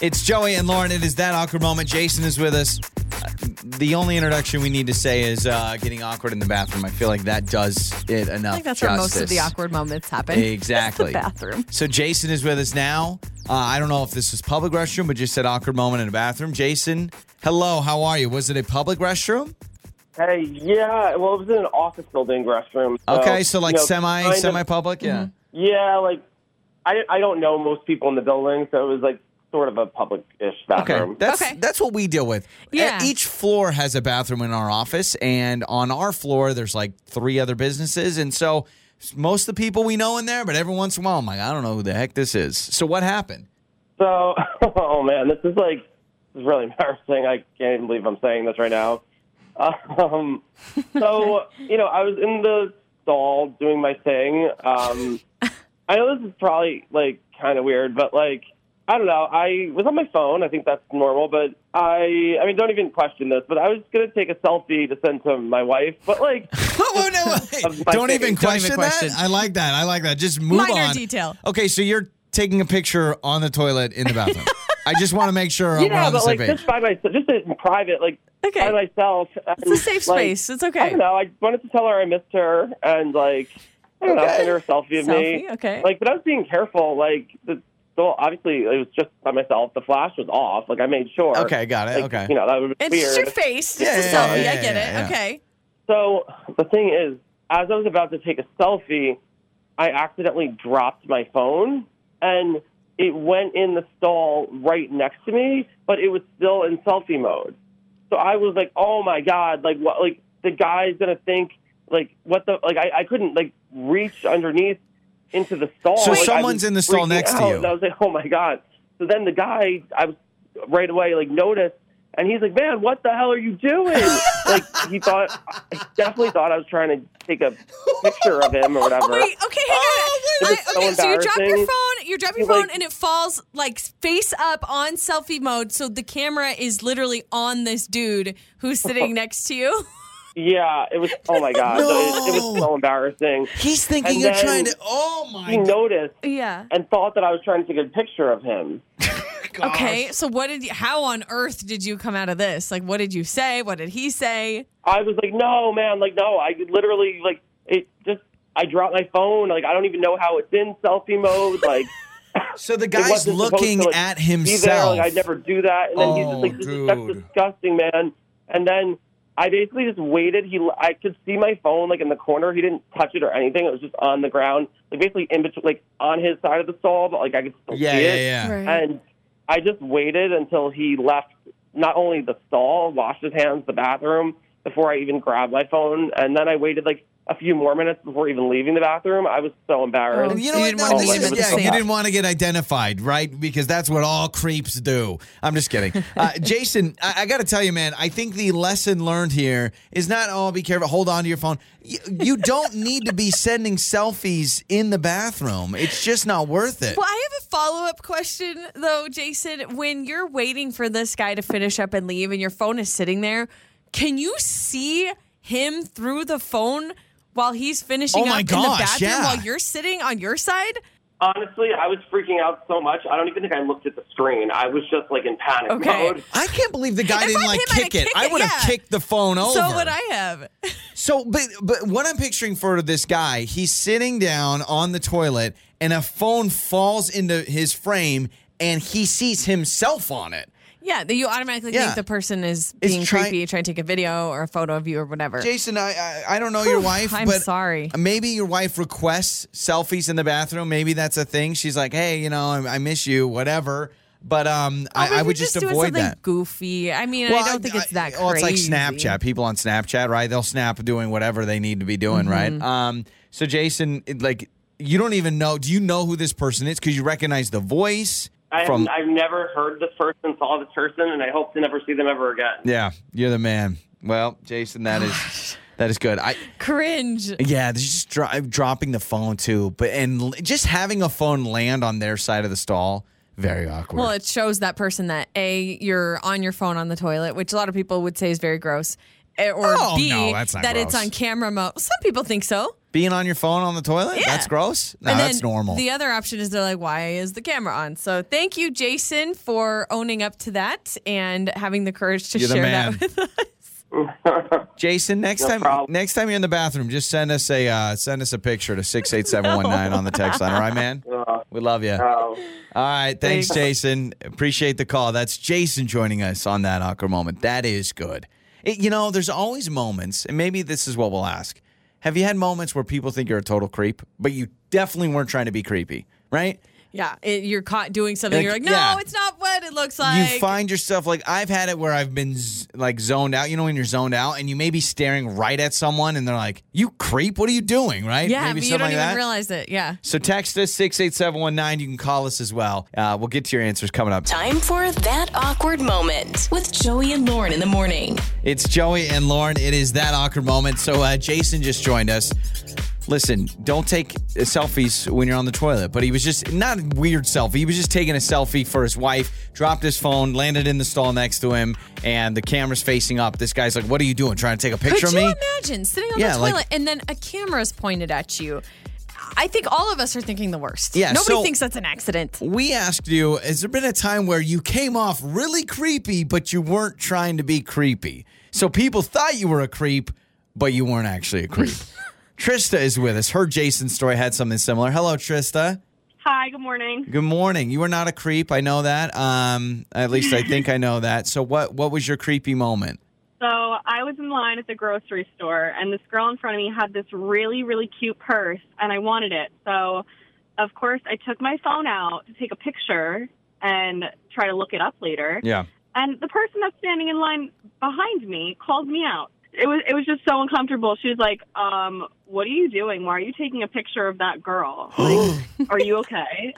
[SPEAKER 2] It's Joey and Lauren. It is that awkward moment. Jason is with us. Uh, The only introduction we need to say is uh, getting awkward in the bathroom. I feel like that does it enough.
[SPEAKER 3] I think that's where
[SPEAKER 2] justice.
[SPEAKER 3] most of the awkward moments happen.
[SPEAKER 2] Exactly.
[SPEAKER 3] the bathroom.
[SPEAKER 2] So Jason is with us now. Uh, I don't know if this is public restroom, but just said awkward moment in a bathroom. Jason, hello, how are you? Was it a public restroom?
[SPEAKER 5] Hey, yeah. Well, it was in an office building restroom. So,
[SPEAKER 2] Okay, so like
[SPEAKER 5] you know,
[SPEAKER 2] semi
[SPEAKER 5] kind of-
[SPEAKER 2] semi public,
[SPEAKER 3] Mm-hmm.
[SPEAKER 2] yeah.
[SPEAKER 5] yeah, like I I don't know most people in the building, so it was like sort of a public-ish bathroom.
[SPEAKER 2] Okay, that's
[SPEAKER 3] Okay.
[SPEAKER 2] that's what we deal with. E-
[SPEAKER 3] Yeah.
[SPEAKER 2] Each floor has a bathroom in our office, and on our floor there's like three other businesses, and so most of the people we know in there. But every once in a while, I'm like, I don't know who the heck this is. So what happened?
[SPEAKER 5] So, oh man, this is like this is really embarrassing. I can't even believe I'm saying this right now. Um, so, you know, I was in the stall doing my thing. Um, I know this is probably like kind of weird, but like I don't know. I was on my phone. I think that's normal, but I I mean, don't even question this. But I was gonna take a selfie to send to my wife, but like.
[SPEAKER 2] Oh, no, wait.
[SPEAKER 5] Of my
[SPEAKER 2] don't, even
[SPEAKER 5] face. Don't even
[SPEAKER 2] question
[SPEAKER 3] question.
[SPEAKER 2] that. I like that. I like that. Just move
[SPEAKER 3] Minor
[SPEAKER 2] on.
[SPEAKER 3] detail.
[SPEAKER 2] Okay, so you're taking a picture on the toilet in the bathroom. I just want to make sure we're
[SPEAKER 5] Yeah,
[SPEAKER 2] on the
[SPEAKER 5] but
[SPEAKER 2] same
[SPEAKER 5] like
[SPEAKER 2] page.
[SPEAKER 5] just by myself, just in private, like
[SPEAKER 3] Okay.
[SPEAKER 5] by myself.
[SPEAKER 3] It's a safe space. It's okay.
[SPEAKER 5] I don't know. I wanted to tell her I missed her, and like I don't know,
[SPEAKER 2] Okay.
[SPEAKER 5] send her a selfie of me.
[SPEAKER 3] Selfie, okay.
[SPEAKER 5] Like, but I was being careful. Like, the, so obviously it was just by myself. The flash was off. Like I made sure.
[SPEAKER 2] Okay, got it.
[SPEAKER 5] Like,
[SPEAKER 2] Okay.
[SPEAKER 5] You know that would be
[SPEAKER 3] It's just
[SPEAKER 5] weird.
[SPEAKER 3] your face. It's
[SPEAKER 2] Yeah,
[SPEAKER 3] a
[SPEAKER 2] yeah,
[SPEAKER 3] selfie.
[SPEAKER 2] yeah,
[SPEAKER 3] I get
[SPEAKER 2] yeah,
[SPEAKER 3] it.
[SPEAKER 2] yeah.
[SPEAKER 3] Okay.
[SPEAKER 5] so the thing is, as I was about to take a selfie, I accidentally dropped my phone, and it went in the stall right next to me, but it was still in selfie mode. So I was like, oh my god, like what? Like the guy's gonna think like what the like I, I couldn't like reach underneath into the stall.
[SPEAKER 2] So
[SPEAKER 5] Like, I was
[SPEAKER 2] someone's in the stall
[SPEAKER 5] freaking
[SPEAKER 2] next to
[SPEAKER 5] out,
[SPEAKER 2] you.
[SPEAKER 5] and I was like, oh my god. So then the guy, I was right away like noticed, and he's like, man, what the hell are you doing? like he thought, he definitely thought I was trying to take a picture of him or whatever.
[SPEAKER 3] Wait, okay, hang on.
[SPEAKER 5] Oh, wait. This is so
[SPEAKER 3] okay, so you drop your
[SPEAKER 5] embarrassing.
[SPEAKER 3] phone, you drop your
[SPEAKER 5] It's like-
[SPEAKER 3] phone, and it falls like face up on selfie mode. So the camera is literally on this dude who's sitting next to you.
[SPEAKER 5] Yeah, it was. Oh my god, it, it was
[SPEAKER 2] No.
[SPEAKER 5] so embarrassing.
[SPEAKER 2] He's thinking
[SPEAKER 5] And
[SPEAKER 2] you're
[SPEAKER 5] then-
[SPEAKER 2] trying to. Oh my
[SPEAKER 5] He noticed
[SPEAKER 3] Yeah.
[SPEAKER 5] and thought that I was trying to take a picture of him.
[SPEAKER 2] god.
[SPEAKER 3] Okay. So what did you, how on earth did you come out of this? Like, what did you say? What did he say?
[SPEAKER 5] I was like, no, man, like, no, I literally, like, it just, I dropped my phone. Like, I don't even know how it's in selfie mode. Like,
[SPEAKER 2] So the
[SPEAKER 5] it
[SPEAKER 2] guy's
[SPEAKER 5] wasn't supposed
[SPEAKER 2] looking
[SPEAKER 5] to, like,
[SPEAKER 2] at
[SPEAKER 5] be there.
[SPEAKER 2] himself.
[SPEAKER 5] Like, I never do that. And then he's
[SPEAKER 2] Oh,
[SPEAKER 5] just like, this is,
[SPEAKER 2] dude.
[SPEAKER 5] that's disgusting, man. And then I basically just waited. He, I could see my phone like in the corner. He didn't touch it or anything. It was just on the ground, like basically in between, like on his side of the stall, but like I could still
[SPEAKER 2] Yeah,
[SPEAKER 5] see
[SPEAKER 2] yeah,
[SPEAKER 5] it.
[SPEAKER 2] yeah.
[SPEAKER 3] Right.
[SPEAKER 5] And I just waited until he left not only the stall, washed his hands, the bathroom, before I even grabbed my phone. And then I waited like a few more minutes before even leaving the bathroom. I was so embarrassed.
[SPEAKER 3] Oh,
[SPEAKER 2] You
[SPEAKER 3] You
[SPEAKER 2] know what?
[SPEAKER 3] didn't
[SPEAKER 2] No,
[SPEAKER 3] want
[SPEAKER 5] to
[SPEAKER 2] this
[SPEAKER 5] be
[SPEAKER 2] is- yeah,
[SPEAKER 5] seen.
[SPEAKER 2] you
[SPEAKER 5] Yeah.
[SPEAKER 2] didn't want to get identified, right? Because that's what all creeps do. I'm just kidding. Uh, Jason, I, I got to tell you, man, I think the lesson learned here is not, oh, be careful, hold on to your phone. You, you don't need to be sending selfies in the bathroom, it's just not worth it.
[SPEAKER 3] Well, I have a follow up question though, Jason. When you're waiting for this guy to finish up and leave, and your phone is sitting there, can you see him through the phone while he's finishing
[SPEAKER 2] Oh, my
[SPEAKER 3] up in the
[SPEAKER 2] gosh,
[SPEAKER 3] bathroom
[SPEAKER 2] yeah.
[SPEAKER 3] while you're sitting on your side?
[SPEAKER 5] Honestly, I was freaking out so much. I don't even think I looked at the screen. I was just like in panic
[SPEAKER 3] Okay.
[SPEAKER 5] mode.
[SPEAKER 2] I can't believe the guy
[SPEAKER 3] If
[SPEAKER 2] didn't
[SPEAKER 3] I'm
[SPEAKER 2] like
[SPEAKER 3] him, I'd
[SPEAKER 2] kick it.
[SPEAKER 3] kick
[SPEAKER 2] I
[SPEAKER 3] it,
[SPEAKER 2] would have
[SPEAKER 3] yeah.
[SPEAKER 2] kicked the phone over.
[SPEAKER 3] So would I have.
[SPEAKER 2] So, but but what I'm picturing for this guy, he's sitting down on the toilet, and a phone falls into his frame, and he sees himself on it.
[SPEAKER 3] yeah, that you automatically
[SPEAKER 2] Yeah.
[SPEAKER 3] think the person is
[SPEAKER 2] Is
[SPEAKER 3] being
[SPEAKER 2] try-
[SPEAKER 3] creepy, trying to take a video or a photo of you or whatever.
[SPEAKER 2] Jason, I I, I don't know your wife,
[SPEAKER 3] I'm
[SPEAKER 2] but
[SPEAKER 3] sorry.
[SPEAKER 2] Maybe your wife requests selfies in the bathroom. Maybe that's a thing. She's like, hey, you know, I, I miss you, whatever. But um,
[SPEAKER 3] Oh, but
[SPEAKER 2] I, I
[SPEAKER 3] you're
[SPEAKER 2] would just,
[SPEAKER 3] doing
[SPEAKER 2] avoid
[SPEAKER 3] something
[SPEAKER 2] that.
[SPEAKER 3] Goofy. I mean, I don't think it's that.
[SPEAKER 2] Well, it's like
[SPEAKER 3] crazy.
[SPEAKER 2] Snapchat. People on Snapchat, right? They'll snap doing whatever they need to be doing,
[SPEAKER 3] Mm-hmm.
[SPEAKER 2] right? Um, so Jason, it- like, you don't even know. Do you know who this person is? Because you recognize the voice
[SPEAKER 5] I
[SPEAKER 2] from.
[SPEAKER 5] I've never heard this person, saw this person, and I hope to never see them ever again.
[SPEAKER 2] yeah, you're the man. Well, Jason, that is that is good. I
[SPEAKER 3] Cringe.
[SPEAKER 2] yeah, this is just dro- dropping the phone too, but and l- just having a phone land on their side of the stall, very awkward.
[SPEAKER 3] Well, it shows that person that a you're on your phone on the toilet, which a lot of people would say is very gross, eh, or
[SPEAKER 2] Oh,
[SPEAKER 3] b
[SPEAKER 2] no, that's not
[SPEAKER 3] that it's
[SPEAKER 2] gross.
[SPEAKER 3] on camera mode. Some people think so.
[SPEAKER 2] Being on your phone on the toilet,
[SPEAKER 3] Yeah.
[SPEAKER 2] that's gross. No,
[SPEAKER 3] and
[SPEAKER 2] that's
[SPEAKER 3] then
[SPEAKER 2] normal.
[SPEAKER 3] The other option is they're like, "Why is the camera on?" So thank you, Jason, for owning up to that and having the courage to
[SPEAKER 2] You're the
[SPEAKER 3] share
[SPEAKER 2] man.
[SPEAKER 3] that with us.
[SPEAKER 2] Jason, next
[SPEAKER 5] No
[SPEAKER 2] time
[SPEAKER 5] problem.
[SPEAKER 2] next time you're in the bathroom, just send us a uh, send us a picture to six eight seven one nine on the text line. All right, man.
[SPEAKER 5] Uh,
[SPEAKER 2] We love you. All
[SPEAKER 5] Oh.
[SPEAKER 2] right, thanks, Jason. Appreciate the call. That's Jason joining us on that awkward moment. That is good. It- you know, there's always moments, and maybe this is what we'll ask. Have you had moments where people think you're a total creep, but you definitely weren't trying to be creepy, right?
[SPEAKER 3] Yeah, it, you're caught doing something.
[SPEAKER 2] Like,
[SPEAKER 3] you're like, "No,
[SPEAKER 2] yeah.
[SPEAKER 3] it's not what it looks like."
[SPEAKER 2] you find yourself like I've had it where I've been z- like zoned out. You know when you're zoned out and you may be staring right at someone and they're like, "You creep, what are you doing?" Right?
[SPEAKER 3] yeah,
[SPEAKER 2] maybe
[SPEAKER 3] but you
[SPEAKER 2] something
[SPEAKER 3] don't
[SPEAKER 2] like
[SPEAKER 3] even
[SPEAKER 2] that.
[SPEAKER 3] realize it. Yeah.
[SPEAKER 2] so text us six eight seven one nine. You can call us as well. Uh, we'll get to your answers coming up.
[SPEAKER 1] Time for That Awkward Moment with Joey and Lauren in the morning.
[SPEAKER 2] It's Joey and Lauren. It is that awkward moment. So uh, Jason just joined us. Listen, don't take uh, selfies when you're on the toilet. But he was just not a weird selfie. He was just taking a selfie for his wife. Dropped his phone, landed in the stall next to him, and the camera's facing up. This guy's like, "What are you doing? Trying to take a picture
[SPEAKER 3] Could
[SPEAKER 2] of me?"
[SPEAKER 3] you imagine sitting on
[SPEAKER 2] Yeah,
[SPEAKER 3] the
[SPEAKER 2] like-
[SPEAKER 3] toilet and then a camera's pointed at you? I think all of us are thinking the worst.
[SPEAKER 2] Yeah,
[SPEAKER 3] Nobody
[SPEAKER 2] so-
[SPEAKER 3] thinks that's an accident.
[SPEAKER 2] we asked you, has there been a time where you came off really creepy, but you weren't trying to be creepy? So people thought you were a creep, but you weren't actually a creep. Trista is with us. Her Jason story had something similar. Hello, Trista.
[SPEAKER 9] Hi, good morning.
[SPEAKER 2] Good morning. You are not a creep. I know that. Um, at least I think I know that. So what? What was your creepy moment?
[SPEAKER 9] So I was in line at the grocery store, and this girl in front of me had this really, really cute purse, and I wanted it. So, of course, I took my phone out to take a picture and try to look it up later.
[SPEAKER 2] Yeah.
[SPEAKER 9] And the person that's standing in line behind me called me out. It was it was just so uncomfortable. She was like, um, "What are you doing? Why are you taking a picture of that girl? Like, are you okay?"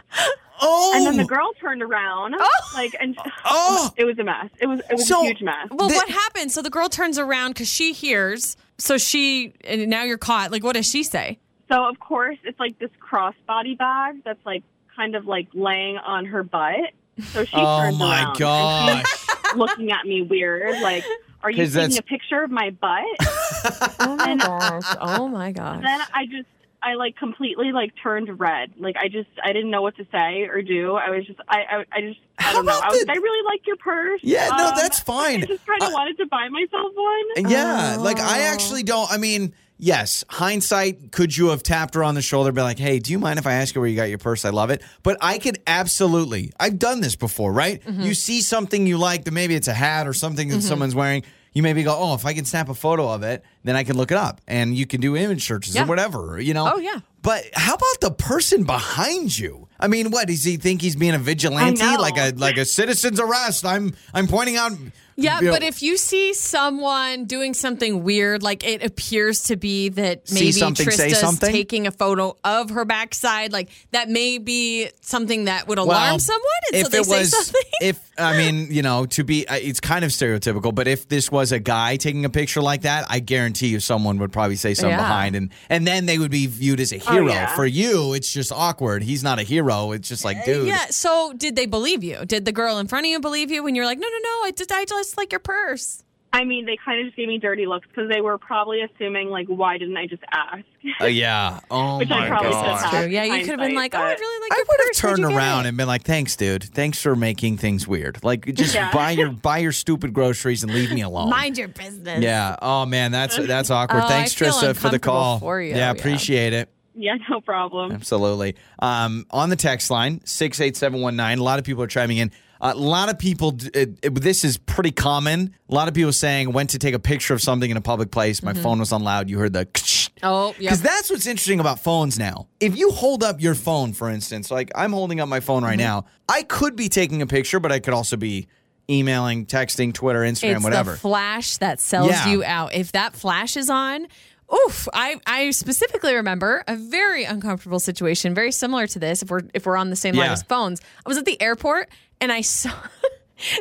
[SPEAKER 2] Oh.
[SPEAKER 9] And then the girl turned around, like, and
[SPEAKER 2] Oh.
[SPEAKER 9] it was a mess. It was it was
[SPEAKER 2] So-
[SPEAKER 9] a huge mess.
[SPEAKER 3] Well,
[SPEAKER 2] The-
[SPEAKER 3] what happened? So the girl turns around because she hears. So she, and now you're caught. Like, what does she say?
[SPEAKER 9] So of course it's like this crossbody bag that's like kind of like laying on her butt. So she
[SPEAKER 2] oh
[SPEAKER 9] turns
[SPEAKER 2] my
[SPEAKER 9] around
[SPEAKER 2] gosh.
[SPEAKER 9] and looking at me weird, like, are you
[SPEAKER 2] 'Cause that's-
[SPEAKER 9] taking a picture of my butt?
[SPEAKER 3] Oh my gosh. Oh my gosh.
[SPEAKER 9] then I just I like completely like turned red. Like I just I didn't know what to say or do. I was just I I, I just I don't know.
[SPEAKER 2] about
[SPEAKER 9] I was
[SPEAKER 2] the-
[SPEAKER 9] I really like your purse.
[SPEAKER 2] Yeah, no,
[SPEAKER 9] Um,
[SPEAKER 2] that's fine.
[SPEAKER 9] I just kind of
[SPEAKER 2] Uh,
[SPEAKER 9] wanted to buy myself one.
[SPEAKER 2] And Yeah, like I actually
[SPEAKER 3] Oh.
[SPEAKER 2] don't. I mean, yes, hindsight, could you have tapped her on the shoulder, be like, "Hey, do you mind if I ask you where you got your purse? I love it." But I could
[SPEAKER 3] Mm-hmm.
[SPEAKER 2] absolutely. I've done this before, right? You see something you like, that maybe it's a hat or something that someone's wearing. you maybe go, oh, if I can snap a photo of it, then I can look it up, and you can do image searches or
[SPEAKER 3] Yeah.
[SPEAKER 2] whatever, you know.
[SPEAKER 3] Oh, yeah.
[SPEAKER 2] But how about the person behind you? I mean, what does he think he's being a vigilante,
[SPEAKER 9] I know.
[SPEAKER 2] like a like a citizen's arrest? I'm I'm pointing out.
[SPEAKER 3] Yeah,
[SPEAKER 2] you know,
[SPEAKER 3] but if you see someone doing something weird, like it appears to be that
[SPEAKER 2] See
[SPEAKER 3] maybe
[SPEAKER 2] something, say
[SPEAKER 3] Trista's
[SPEAKER 2] something?
[SPEAKER 3] taking a photo of her backside, like that may be something that would alarm
[SPEAKER 2] well,
[SPEAKER 3] someone, and
[SPEAKER 2] if
[SPEAKER 3] so they
[SPEAKER 2] it
[SPEAKER 3] say
[SPEAKER 2] was,
[SPEAKER 3] something.
[SPEAKER 2] if I mean, you know, to be, I- it's kind of stereotypical. But if this was a guy taking a picture like that, I guarantee you, someone would probably say something
[SPEAKER 3] Yeah. Oh,
[SPEAKER 2] behind, and and then they would be viewed as a hero.
[SPEAKER 9] yeah.
[SPEAKER 2] For you, it's just awkward. He's not a hero. It's just like, dude,
[SPEAKER 3] Uh, yeah. So did they believe you? Did the girl in front of you believe you when you're like, no, no, no, I just, I just like your purse.
[SPEAKER 9] I mean, they kind of just gave me dirty looks because they were probably assuming, like, why didn't I just ask?
[SPEAKER 2] Uh, yeah. Oh
[SPEAKER 9] Which I
[SPEAKER 2] my
[SPEAKER 9] probably
[SPEAKER 2] god.
[SPEAKER 9] should have.
[SPEAKER 3] True. Yeah, you could have been
[SPEAKER 9] Hindsight,
[SPEAKER 3] like, oh, I
[SPEAKER 9] but-
[SPEAKER 3] really like
[SPEAKER 2] I
[SPEAKER 3] your
[SPEAKER 2] would
[SPEAKER 3] purse.
[SPEAKER 2] have
[SPEAKER 3] Where'd
[SPEAKER 2] turned
[SPEAKER 3] you get
[SPEAKER 2] around
[SPEAKER 3] it?"
[SPEAKER 2] and been like, "Thanks, dude. Thanks for making things weird. Like, just
[SPEAKER 9] Yeah.
[SPEAKER 2] buy your buy your stupid groceries and leave me alone."
[SPEAKER 3] mind your business.
[SPEAKER 2] yeah. Oh man, that's that's awkward.
[SPEAKER 3] Oh, I
[SPEAKER 2] Thanks,
[SPEAKER 3] feel
[SPEAKER 2] Trista, for the
[SPEAKER 3] uncomfortable
[SPEAKER 2] call.
[SPEAKER 3] for you,
[SPEAKER 2] yeah,
[SPEAKER 3] yeah.
[SPEAKER 2] appreciate it.
[SPEAKER 9] Yeah, no problem.
[SPEAKER 2] Absolutely. Um, on the text line, 68719, a lot of people are chiming in. A lot of people, d- it, it- this is pretty common. A lot of people saying, went to take a picture of something in a public place. My phone was on loud. You heard the.
[SPEAKER 3] Mm-hmm. Oh, yep.
[SPEAKER 2] Because that's what's interesting about phones now. If you hold up your phone, for instance, like I'm holding up my phone right
[SPEAKER 3] Mm-hmm.
[SPEAKER 2] now, I could be taking a picture, but I could also be emailing, texting, Twitter, Instagram,
[SPEAKER 3] it's
[SPEAKER 2] whatever.
[SPEAKER 3] the flash that sells
[SPEAKER 2] Yeah.
[SPEAKER 3] you out. If that flash is on, oof! I, I specifically remember a very uncomfortable situation, very similar to this. If we're if we're on the same line
[SPEAKER 2] Yeah.
[SPEAKER 3] as phones, I was at the airport and I saw.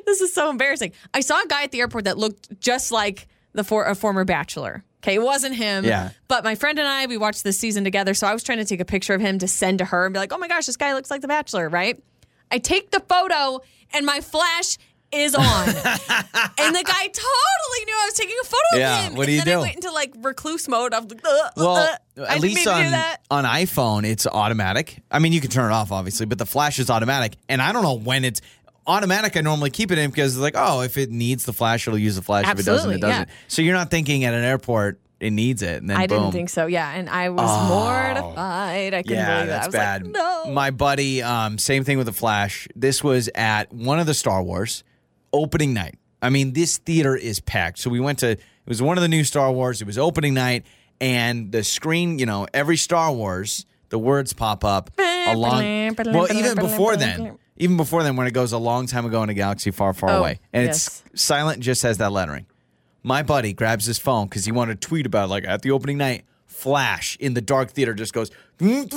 [SPEAKER 3] this is so embarrassing. I saw a guy at the airport that looked just like the for a former bachelor. Okay, it wasn't him.
[SPEAKER 2] Yeah.
[SPEAKER 3] But my friend and I, we watched this season together. So I was trying to take a picture of him to send to her and be like, oh my gosh, this guy looks like The Bachelor, right? I take the photo and my flash is on. and the guy totally knew I was taking a photo
[SPEAKER 2] Yeah,
[SPEAKER 3] of him.
[SPEAKER 2] what do
[SPEAKER 3] and
[SPEAKER 2] you
[SPEAKER 3] then
[SPEAKER 2] do?
[SPEAKER 3] I went into like recluse mode. I was like, "Ugh,
[SPEAKER 2] Well,
[SPEAKER 3] ugh, Uh, I
[SPEAKER 2] at
[SPEAKER 3] didn't mean
[SPEAKER 2] least
[SPEAKER 3] to do
[SPEAKER 2] on
[SPEAKER 3] that.
[SPEAKER 2] on iPhone, it's automatic. I mean, you can turn it off, obviously, but the flash is automatic. And I don't know when it's automatic. I normally keep it in because it's like, oh, if it needs the flash, it'll use the flash. if it doesn't,
[SPEAKER 3] Absolutely,
[SPEAKER 2] it doesn't.
[SPEAKER 3] yeah.
[SPEAKER 2] So you're not thinking at an airport it needs it, and then
[SPEAKER 3] I
[SPEAKER 2] boom. Oh.
[SPEAKER 3] didn't think so. Yeah. And I was mortified. I couldn't
[SPEAKER 2] Yeah,
[SPEAKER 3] believe it. I
[SPEAKER 2] that's
[SPEAKER 3] was
[SPEAKER 2] bad.
[SPEAKER 3] like, no.
[SPEAKER 2] My buddy, um, same thing with the Flash. This was at one of the Star Wars opening night. I mean, this theater is packed. So we went to it was one of the new Star Wars. It was opening night, and the screen, you know, every Star Wars, the words pop up along. Well, even before then, even before then, when it goes a long time ago in a galaxy far, far
[SPEAKER 3] Oh,
[SPEAKER 2] away, and it's silent, just has that lettering. My buddy grabs his phone because he wanted to tweet about it, like at the opening night. Flash in the dark theater just goes and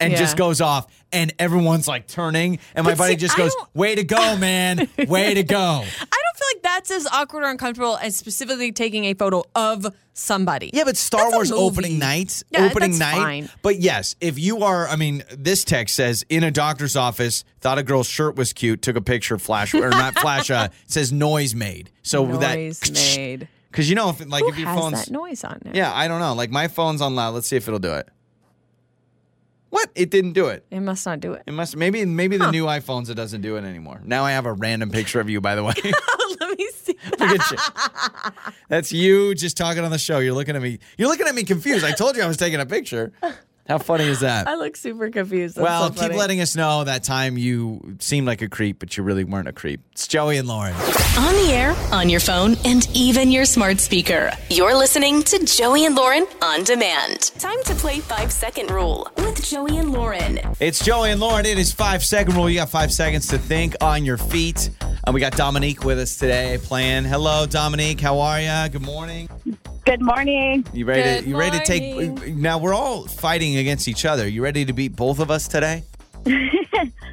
[SPEAKER 3] Yeah.
[SPEAKER 2] just goes off, and everyone's like turning, and my
[SPEAKER 3] But
[SPEAKER 2] buddy
[SPEAKER 3] see,
[SPEAKER 2] just
[SPEAKER 3] I
[SPEAKER 2] goes,
[SPEAKER 3] don't-
[SPEAKER 2] "Way to go, man! Way to go!"
[SPEAKER 3] I don't feel like that's as awkward or uncomfortable as specifically taking a photo of somebody.
[SPEAKER 2] Yeah, but Star
[SPEAKER 3] That's a
[SPEAKER 2] Wars
[SPEAKER 3] movie.
[SPEAKER 2] opening night,
[SPEAKER 3] Yeah,
[SPEAKER 2] opening
[SPEAKER 3] that's
[SPEAKER 2] night.
[SPEAKER 3] fine.
[SPEAKER 2] But yes, if you are, I mean, this text says in a doctor's office, thought a girl's shirt was cute, took a picture, flash or not flash, uh, it says noise made. So
[SPEAKER 3] noise
[SPEAKER 2] that
[SPEAKER 3] made.
[SPEAKER 2] because you know if like
[SPEAKER 3] Who
[SPEAKER 2] if your
[SPEAKER 3] has
[SPEAKER 2] phone's
[SPEAKER 3] that noise on there?
[SPEAKER 2] Yeah, I don't know. Like my phone's on loud. Let's see if it'll do it. What? It didn't do it.
[SPEAKER 3] It must not do it.
[SPEAKER 2] It must maybe maybe the new iPhones it doesn't do it anymore. Now I have a random picture of you by the way.
[SPEAKER 3] Let me see.
[SPEAKER 2] Look at you. That's you just talking on the show. You're looking at me. You're looking at me confused. I told you I was taking a picture. How funny is that?
[SPEAKER 3] I look super confused. That's
[SPEAKER 2] well,
[SPEAKER 3] so
[SPEAKER 2] keep
[SPEAKER 3] funny.
[SPEAKER 2] letting us know that time you seemed like a creep, but you really weren't a creep. It's Joey and Lauren.
[SPEAKER 1] On the air, on your phone, and even your smart speaker. You're listening to Joey and Lauren on demand. Time to play 5 second rule with Joey and Lauren.
[SPEAKER 2] It's Joey and Lauren. It is five second rule. You got five seconds to think on your feet. And we got Dominique with us today playing. Hello, Dominique. How are you? Good morning.
[SPEAKER 10] Good morning.
[SPEAKER 2] You ready?
[SPEAKER 3] Good
[SPEAKER 2] to, you ready to take?
[SPEAKER 3] morning.
[SPEAKER 2] Now we're all fighting against each other. You ready to beat both of us today?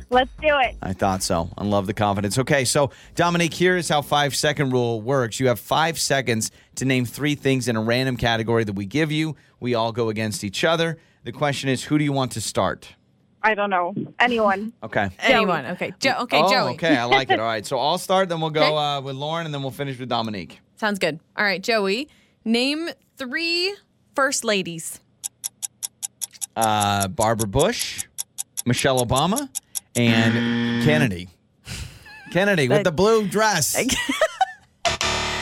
[SPEAKER 10] Let's do it.
[SPEAKER 2] I thought so. I love the confidence. Okay, so Dominique, here is how five second rule works. You have five seconds to name three things in a random category that we give you. We all go against each other. The question is, who do you want to start?
[SPEAKER 10] I don't know. Anyone.
[SPEAKER 2] Okay.
[SPEAKER 3] anyone. Okay, Joe. Okay,
[SPEAKER 2] oh,
[SPEAKER 3] Joey.
[SPEAKER 2] okay. I like it. All right. So I'll start, then we'll go uh, with Lauren, and then we'll finish with Dominique.
[SPEAKER 3] Sounds good. All right, Joey. Name three first ladies.
[SPEAKER 2] Uh, Barbara Bush, Michelle Obama, and Kennedy. Kennedy with the blue dress. Dang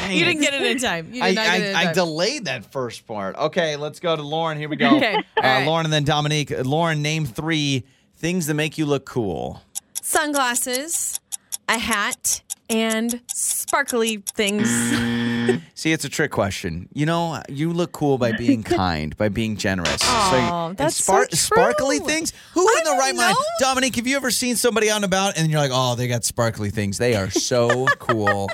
[SPEAKER 3] You
[SPEAKER 2] it.
[SPEAKER 3] didn't get it in time. You did
[SPEAKER 2] I,
[SPEAKER 3] not get it in
[SPEAKER 2] I, I
[SPEAKER 3] time.
[SPEAKER 2] delayed that first part. Okay, let's go to Lauren. Here we go.
[SPEAKER 3] Okay, all
[SPEAKER 2] Uh,
[SPEAKER 3] right.
[SPEAKER 2] Lauren and then Dominique. Uh, Lauren, name three things that make you look cool. Mm,
[SPEAKER 3] Sunglasses, a hat, and sparkly things.
[SPEAKER 2] See, it's a trick question. You know, you look cool by being kind, by being generous.
[SPEAKER 3] Aw,
[SPEAKER 2] and
[SPEAKER 3] that's so true.
[SPEAKER 2] Sparkly things. Who
[SPEAKER 3] I
[SPEAKER 2] in the
[SPEAKER 3] don't
[SPEAKER 2] right mind, Dominique? Have you ever seen somebody out and about and you're like, oh, they got sparkly things. They are so cool.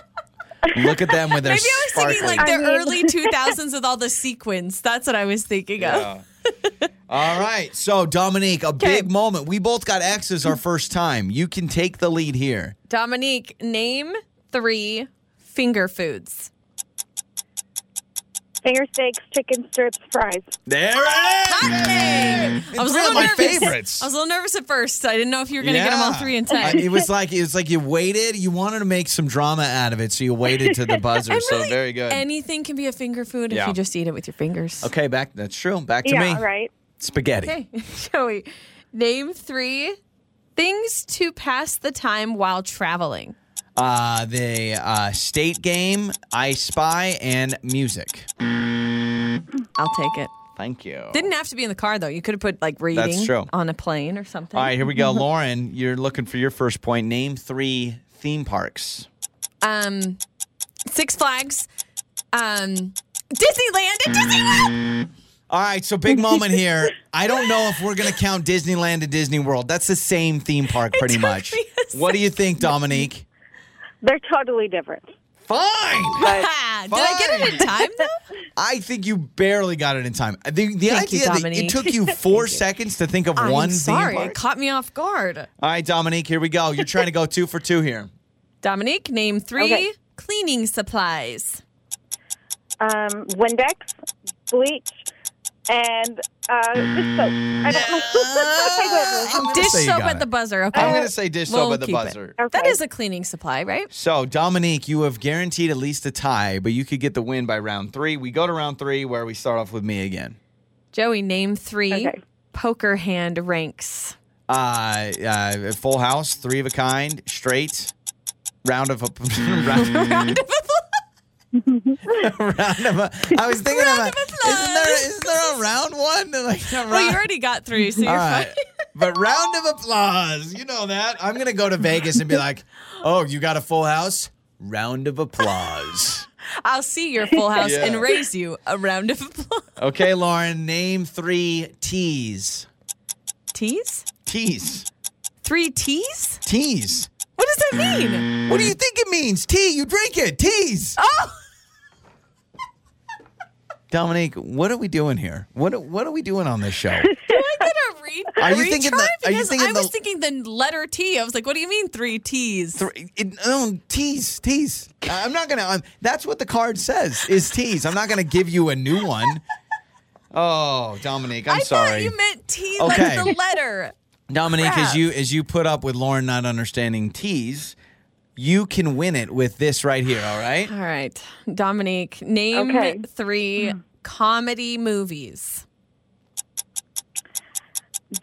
[SPEAKER 2] Look at them with their
[SPEAKER 3] Maybe I was
[SPEAKER 2] sparkly.
[SPEAKER 3] thinking like the early 2000s with all the sequins. That's what I was thinking of.
[SPEAKER 2] All right. So, Dominique, a big moment. We both got X's our first time. You can take the lead here.
[SPEAKER 3] Dominique, name three finger foods.
[SPEAKER 10] Finger steaks, chicken strips, fries.
[SPEAKER 2] There it is.
[SPEAKER 3] I was a
[SPEAKER 2] Three of
[SPEAKER 3] little
[SPEAKER 2] my
[SPEAKER 3] nervous.
[SPEAKER 2] favorites.
[SPEAKER 3] I was a little nervous at first. I didn't know if you were going to get them all three in
[SPEAKER 2] I-
[SPEAKER 3] time.
[SPEAKER 2] it was like it was like you waited. You wanted to make some drama out of it, so you waited to the buzzer.
[SPEAKER 3] And
[SPEAKER 2] so
[SPEAKER 3] really,
[SPEAKER 2] very good.
[SPEAKER 3] Anything can be a finger food if
[SPEAKER 2] Yeah.
[SPEAKER 3] you just eat it with your fingers.
[SPEAKER 2] okay, back. That's true. Back to
[SPEAKER 3] Yeah,
[SPEAKER 2] me.
[SPEAKER 3] right.
[SPEAKER 2] Spaghetti.
[SPEAKER 3] Okay, Joey, name three things to pass the time while traveling.
[SPEAKER 2] Uh, the uh, state game, I Spy, and music.
[SPEAKER 3] I'll take it.
[SPEAKER 2] Thank you.
[SPEAKER 3] Didn't have to be in the car though. You could have put like reading
[SPEAKER 2] true.
[SPEAKER 3] on a plane or something.
[SPEAKER 2] All right, here we go, Lauren. You're looking for your first point. Name three theme parks.
[SPEAKER 3] Um, Six Flags, um, Disneyland, and Disney
[SPEAKER 10] Mm.
[SPEAKER 3] World.
[SPEAKER 2] All right, so big moment here. I don't know if we're gonna count Disneyland and Disney World. That's the same theme park, pretty much. What do you think, Dominique?
[SPEAKER 10] They're totally different.
[SPEAKER 2] Fine.
[SPEAKER 3] Ah, Did I get it in time though?
[SPEAKER 2] I think you barely got it in time. The, the
[SPEAKER 3] Thank you,
[SPEAKER 2] idea that it
[SPEAKER 3] Dominique.
[SPEAKER 2] took you four seconds to think of one
[SPEAKER 3] I'm sorry,
[SPEAKER 2] theme
[SPEAKER 3] it
[SPEAKER 2] park.
[SPEAKER 3] caught me off guard.
[SPEAKER 2] All right, Dominique, here we go. You're trying to go two for two here.
[SPEAKER 3] Dominique, name three
[SPEAKER 10] Okay.
[SPEAKER 3] cleaning supplies.
[SPEAKER 10] Um, Windex, bleach, and uh, dish soap. I don't know. I don't know.
[SPEAKER 3] Dish
[SPEAKER 2] say you
[SPEAKER 3] soap
[SPEAKER 2] got
[SPEAKER 3] at
[SPEAKER 2] it.
[SPEAKER 3] the buzzer. Okay,
[SPEAKER 2] I'm gonna say dish soap
[SPEAKER 3] Uh, We'll
[SPEAKER 2] at the
[SPEAKER 3] keep it.
[SPEAKER 2] buzzer.
[SPEAKER 3] That
[SPEAKER 10] Okay.
[SPEAKER 3] is a cleaning supply, right?
[SPEAKER 2] So, Dominique, you have guaranteed at least a tie, but you could get the win by round three. We go to round three where we start off with me again.
[SPEAKER 3] Joey, name three
[SPEAKER 10] Okay.
[SPEAKER 3] poker hand ranks.
[SPEAKER 2] Uh, uh, full house, three of a kind, straight, round of a round, round of a. I was thinking about isn't there isn't there a round one? Like, a round,
[SPEAKER 3] Well, you already got three, so you're
[SPEAKER 2] All right.
[SPEAKER 3] fine.
[SPEAKER 2] But round of applause. You know that. I'm going to go to Vegas and be like, oh, you got a full house? Round of applause.
[SPEAKER 3] I'll see your full house
[SPEAKER 2] Yeah.
[SPEAKER 3] and raise you a round of applause.
[SPEAKER 2] okay, Lauren, name three T's.
[SPEAKER 3] Teas?
[SPEAKER 2] T's.
[SPEAKER 3] Three teas?
[SPEAKER 2] T's.
[SPEAKER 3] What does that mean?
[SPEAKER 2] What do you think it means? Tea. You drink it. T's.
[SPEAKER 3] Oh,
[SPEAKER 2] Dominique, what are we doing here? What What are we doing on this show?
[SPEAKER 3] I gotta read.
[SPEAKER 2] Are you thinking
[SPEAKER 3] retry
[SPEAKER 2] the- are you
[SPEAKER 3] because
[SPEAKER 2] thinking
[SPEAKER 3] I was
[SPEAKER 2] the-
[SPEAKER 3] thinking the letter T. I was like, what do you mean three T's?
[SPEAKER 2] Three, it, no, T's. T's. I'm not going to. I'm. That's what the card says is T's. I'm not going to give you a new one. Oh, Dominique, I'm
[SPEAKER 3] I thought
[SPEAKER 2] sorry.
[SPEAKER 3] you meant T
[SPEAKER 2] Okay.
[SPEAKER 3] like the letter.
[SPEAKER 2] Dominique, as
[SPEAKER 3] Crap.
[SPEAKER 2] you as you put up with Lauren not understanding teas, you can win it with this right here. All right.
[SPEAKER 3] All right. Dominique, name
[SPEAKER 10] Okay. Hmm. Oh,
[SPEAKER 3] three comedy movies.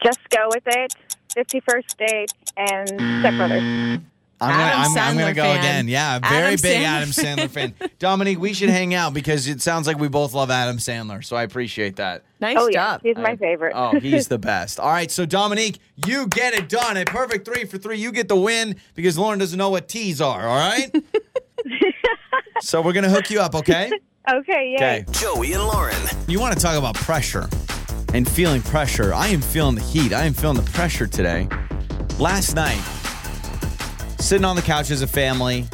[SPEAKER 10] Just go with it. 51st date and Step Brothers.
[SPEAKER 2] I'm gonna, I'm,
[SPEAKER 3] Adam
[SPEAKER 2] I'm gonna
[SPEAKER 3] Sandler
[SPEAKER 2] go
[SPEAKER 3] fan.
[SPEAKER 2] again. Yeah, very
[SPEAKER 3] Adam
[SPEAKER 2] big
[SPEAKER 3] Sandler.
[SPEAKER 2] Adam Sandler fan. Dominique, we should hang out because it sounds like we both love Adam Sandler. So I appreciate that.
[SPEAKER 3] Nice
[SPEAKER 10] Oh, yeah.
[SPEAKER 3] job.
[SPEAKER 10] He's my favorite.
[SPEAKER 2] Oh, he's the best. All right, so Dominique, you get it done. A perfect three for three. You get the win because Lauren doesn't know what teas are. All right. so we're gonna hook you up, okay?
[SPEAKER 10] Okay, yeah.
[SPEAKER 2] Okay.
[SPEAKER 4] Joey and Lauren.
[SPEAKER 2] You want to talk about pressure and feeling pressure. I am feeling the heat. I am feeling the pressure today. Last night, sitting on the couch as a family,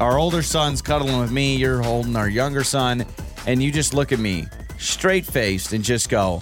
[SPEAKER 2] our older son's cuddling with me, you're holding our younger son, and you just look at me straight faced and just go,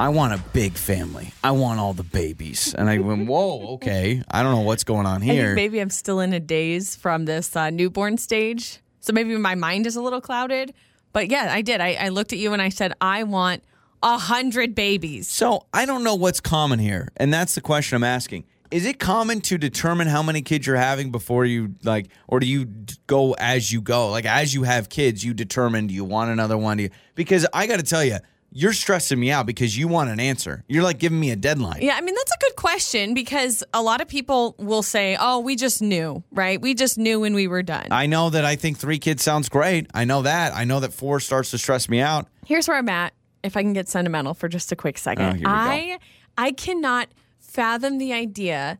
[SPEAKER 2] I want a big family. I want all the babies. And I went, Whoa, okay. I don't know what's going on
[SPEAKER 3] I think
[SPEAKER 2] here.
[SPEAKER 3] maybe I'm still in a daze from this uh, newborn stage. So maybe my mind is a little clouded. But yeah, I did. I, I looked at you and I said, I want a hundred babies.
[SPEAKER 2] So I don't know what's common here, and that's the question I'm asking. Is it common to determine how many kids you're having before you like, or do you d- go as you go? Like as you have kids, you determine do you want another one? Do you, because I got to tell you, you're stressing me out because you want an answer. You're like giving me a deadline.
[SPEAKER 3] Yeah, I mean, that's a good question because a lot of people will say, oh, we just knew, right? We just knew when we were done.
[SPEAKER 2] I know that I think three kids sounds great. I know that. I know that four starts to stress me out.
[SPEAKER 3] Here's where I'm at. If I can get sentimental for just a quick second,
[SPEAKER 2] Oh, here we go.
[SPEAKER 3] I I cannot fathom the idea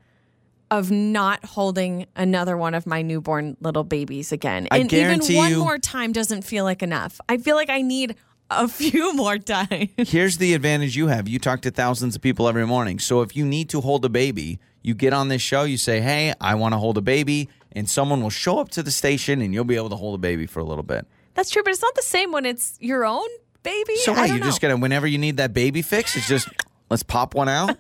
[SPEAKER 3] of not holding another one of my newborn little babies again.
[SPEAKER 2] I
[SPEAKER 3] and
[SPEAKER 2] guarantee
[SPEAKER 3] even one
[SPEAKER 2] you-
[SPEAKER 3] more time doesn't feel like enough. I feel like I need a few more times.
[SPEAKER 2] Here's the advantage you have. You talk to thousands of people every morning. So if you need to hold a baby, you get on this show, you say, Hey, I want to hold a baby. And someone will show up to the station and you'll be able to hold a baby for a little bit.
[SPEAKER 3] That's true, but it's not the same when it's your own baby.
[SPEAKER 2] So
[SPEAKER 3] I
[SPEAKER 2] what?
[SPEAKER 3] don't
[SPEAKER 2] You're
[SPEAKER 3] know.
[SPEAKER 2] just going to, whenever you need that baby fix, it's just, let's pop one out.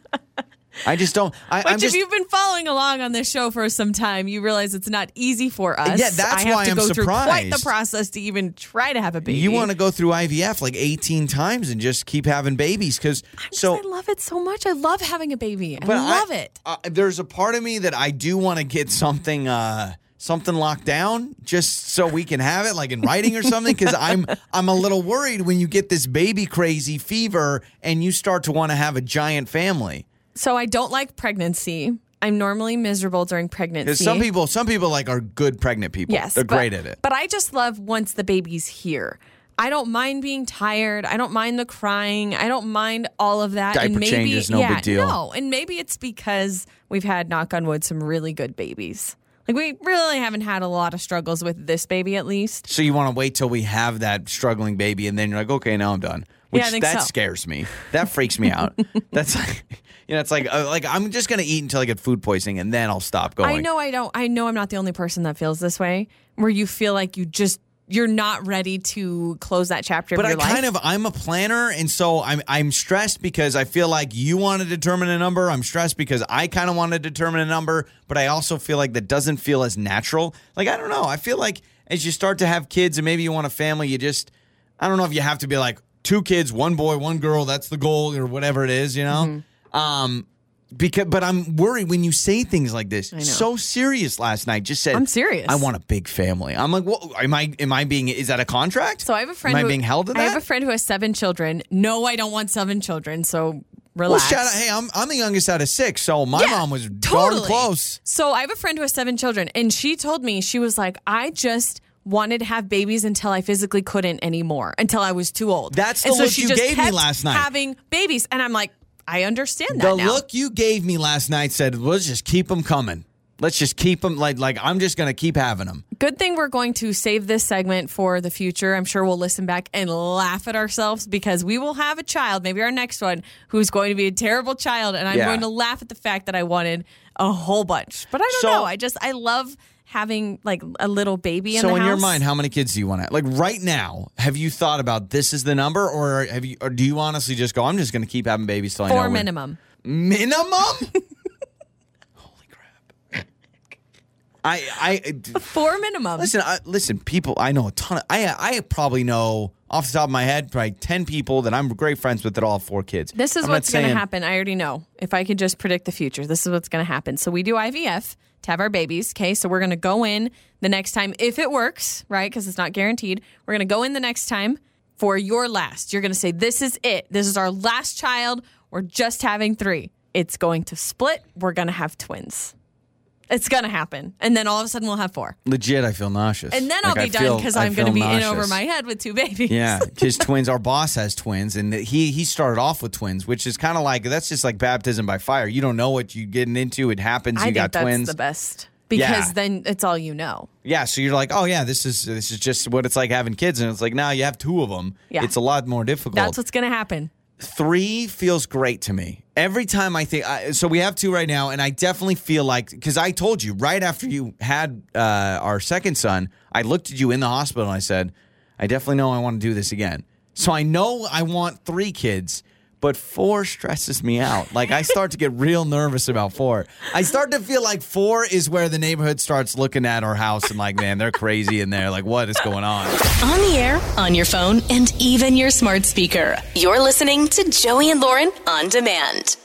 [SPEAKER 2] I just don't. I,
[SPEAKER 3] Which,
[SPEAKER 2] I'm just,
[SPEAKER 3] if you've been following along on this show for some time, you realize it's not easy for us.
[SPEAKER 2] Yeah, that's
[SPEAKER 3] I have
[SPEAKER 2] why
[SPEAKER 3] to
[SPEAKER 2] I'm
[SPEAKER 3] go through quite the
[SPEAKER 2] surprised.
[SPEAKER 3] process to even try to have a baby.
[SPEAKER 2] You want to go through IVF like 18 times and just keep having babies because so
[SPEAKER 3] I love it so much. I love having a baby. I
[SPEAKER 2] but
[SPEAKER 3] love it.
[SPEAKER 2] Uh, there's a part of me that I do want to get something uh something locked down just so we can have it like in writing or something cuz I'm I'm a little worried when you get this baby crazy fever and you start to want to have a giant family.
[SPEAKER 3] So I don't like pregnancy. I'm normally miserable during pregnancy.
[SPEAKER 2] Cuz some people some people like are good pregnant people.
[SPEAKER 3] Yes.
[SPEAKER 2] They're
[SPEAKER 3] but-
[SPEAKER 2] great at it.
[SPEAKER 3] But I just love once the baby's here. I don't mind being tired. I don't mind the crying. I don't mind all of that.
[SPEAKER 2] Diaper change is no
[SPEAKER 3] yeah,
[SPEAKER 2] big deal.
[SPEAKER 3] No, and maybe it's because we've had, knock on wood, some really good babies. Like we really haven't had a lot of struggles with this baby, at least.
[SPEAKER 2] So you want to wait till we have that struggling baby, and then you're like, okay, now I'm done. Which
[SPEAKER 3] Yeah, I think
[SPEAKER 2] that
[SPEAKER 3] so.
[SPEAKER 2] scares me. That freaks me out. That's like, you know, it's like uh, like I'm just gonna eat until I get food poisoning, and then I'll stop going.
[SPEAKER 3] I know I don't. I know I'm not the only person that feels this way. Where you feel like you just you're not ready to close that chapter
[SPEAKER 2] But
[SPEAKER 3] of
[SPEAKER 2] I
[SPEAKER 3] your life.
[SPEAKER 2] kind of I'm a planner, and so I'm I'm stressed because I feel like you want to determine a number. I'm stressed because I kind of want to determine a number, but I also feel like that doesn't feel as natural. Like I don't know. I feel like as you start to have kids, and maybe you want a family, you just I don't know if you have to be like two kids, one boy, one girl. That's the goal, or whatever it is, you know.
[SPEAKER 3] Mm-hmm.
[SPEAKER 2] Um, because but I'm worried when you say things like this. So serious last night. Just said
[SPEAKER 3] I'm serious.
[SPEAKER 2] I want a big family. I'm like, well, am I am I being is that a contract?
[SPEAKER 3] So I have a friend.
[SPEAKER 2] Am I
[SPEAKER 3] who,
[SPEAKER 2] being held to that?
[SPEAKER 3] I have a friend who has seven children. No, I don't want seven children. So relax.
[SPEAKER 2] Well, shout out. Hey, I'm, I'm the youngest out of six, so my
[SPEAKER 3] Yeah,
[SPEAKER 2] mom was darn
[SPEAKER 3] totally.
[SPEAKER 2] close.
[SPEAKER 3] So I have a friend who has seven children, and she told me she was like, I just wanted to have babies until I physically couldn't anymore, until I was too old.
[SPEAKER 2] That's
[SPEAKER 3] and
[SPEAKER 2] the
[SPEAKER 3] so
[SPEAKER 2] look
[SPEAKER 3] she
[SPEAKER 2] you
[SPEAKER 3] just
[SPEAKER 2] gave me
[SPEAKER 3] kept
[SPEAKER 2] last night.
[SPEAKER 3] Having babies, and I'm like, I understand that
[SPEAKER 2] The
[SPEAKER 3] now.
[SPEAKER 2] look you gave me last night said, "Let's just keep them coming. Let's just keep them like like I'm just gonna keep having them."
[SPEAKER 3] Good thing we're going to save this segment for the future. I'm sure we'll listen back and laugh at ourselves because we will have a child, maybe our next one, who's going to be a terrible child. And I'm
[SPEAKER 2] Yeah.
[SPEAKER 3] going to laugh at the fact that I wanted a whole bunch. But I don't
[SPEAKER 2] So-
[SPEAKER 3] know. I just, I love having like a little baby in
[SPEAKER 2] So
[SPEAKER 3] the
[SPEAKER 2] in
[SPEAKER 3] house.
[SPEAKER 2] your mind, how many kids do you want to like right now? Have you thought about this is the number, or have you, or do you honestly just go? I'm just gonna keep having babies till I know
[SPEAKER 3] Four
[SPEAKER 2] when?"
[SPEAKER 3] minimum.
[SPEAKER 2] minimum. Holy crap! I I
[SPEAKER 3] Four minimum.
[SPEAKER 2] Listen, I, listen, people. I know a ton. Of, I I probably know off the top of my head probably ten people that I'm great friends with that all have four kids.
[SPEAKER 3] This is
[SPEAKER 2] I'm not
[SPEAKER 3] what's going to
[SPEAKER 2] saying-
[SPEAKER 3] happen. I already know. If I could just predict the future, this is what's going to happen. So we do IVF to have our babies. Okay. So we're going to go in the next time if it works, right? Because it's not guaranteed. We're going to go in the next time for your last. You're going to say, this is it. This is our last child. We're just having three. It's going to split. We're going to have twins. It's going to happen. And then all of a sudden we'll have four.
[SPEAKER 2] Legit, I feel nauseous.
[SPEAKER 3] And then
[SPEAKER 2] Like,
[SPEAKER 3] I'll
[SPEAKER 2] I
[SPEAKER 3] be done
[SPEAKER 2] feel-
[SPEAKER 3] because
[SPEAKER 2] I
[SPEAKER 3] I'm going to
[SPEAKER 2] feel
[SPEAKER 3] be in
[SPEAKER 2] nauseous.
[SPEAKER 3] over my head with two babies.
[SPEAKER 2] Yeah, his twins. Our boss has twins, and he he started off with twins, which is kind of like that's just like baptism by fire. You don't know what you're getting into. It happens.
[SPEAKER 3] I
[SPEAKER 2] you
[SPEAKER 3] think
[SPEAKER 2] got
[SPEAKER 3] that's
[SPEAKER 2] twins.
[SPEAKER 3] the best
[SPEAKER 2] Yeah.
[SPEAKER 3] because then it's all you know.
[SPEAKER 2] Yeah, so you're like, oh yeah, this is this is just what it's like having kids, and it's like now you have two of them.
[SPEAKER 3] Yeah.
[SPEAKER 2] it's a lot more difficult.
[SPEAKER 3] That's what's going to happen.
[SPEAKER 2] three feels great to me. Every time I think, I, so we have two right now, and I definitely feel like, because I told you right after you had uh, our second son, I looked at you in the hospital and I said, I definitely know I want to do this again. So I know I want three kids, but four stresses me out. Like I start to get real nervous about four. I start to feel like four is where the neighborhood starts looking at our house and like, man, they're crazy in there. Like, what is going on?
[SPEAKER 1] On the air, on your phone, and even your smart speaker. You're listening to Joey and Lauren on demand.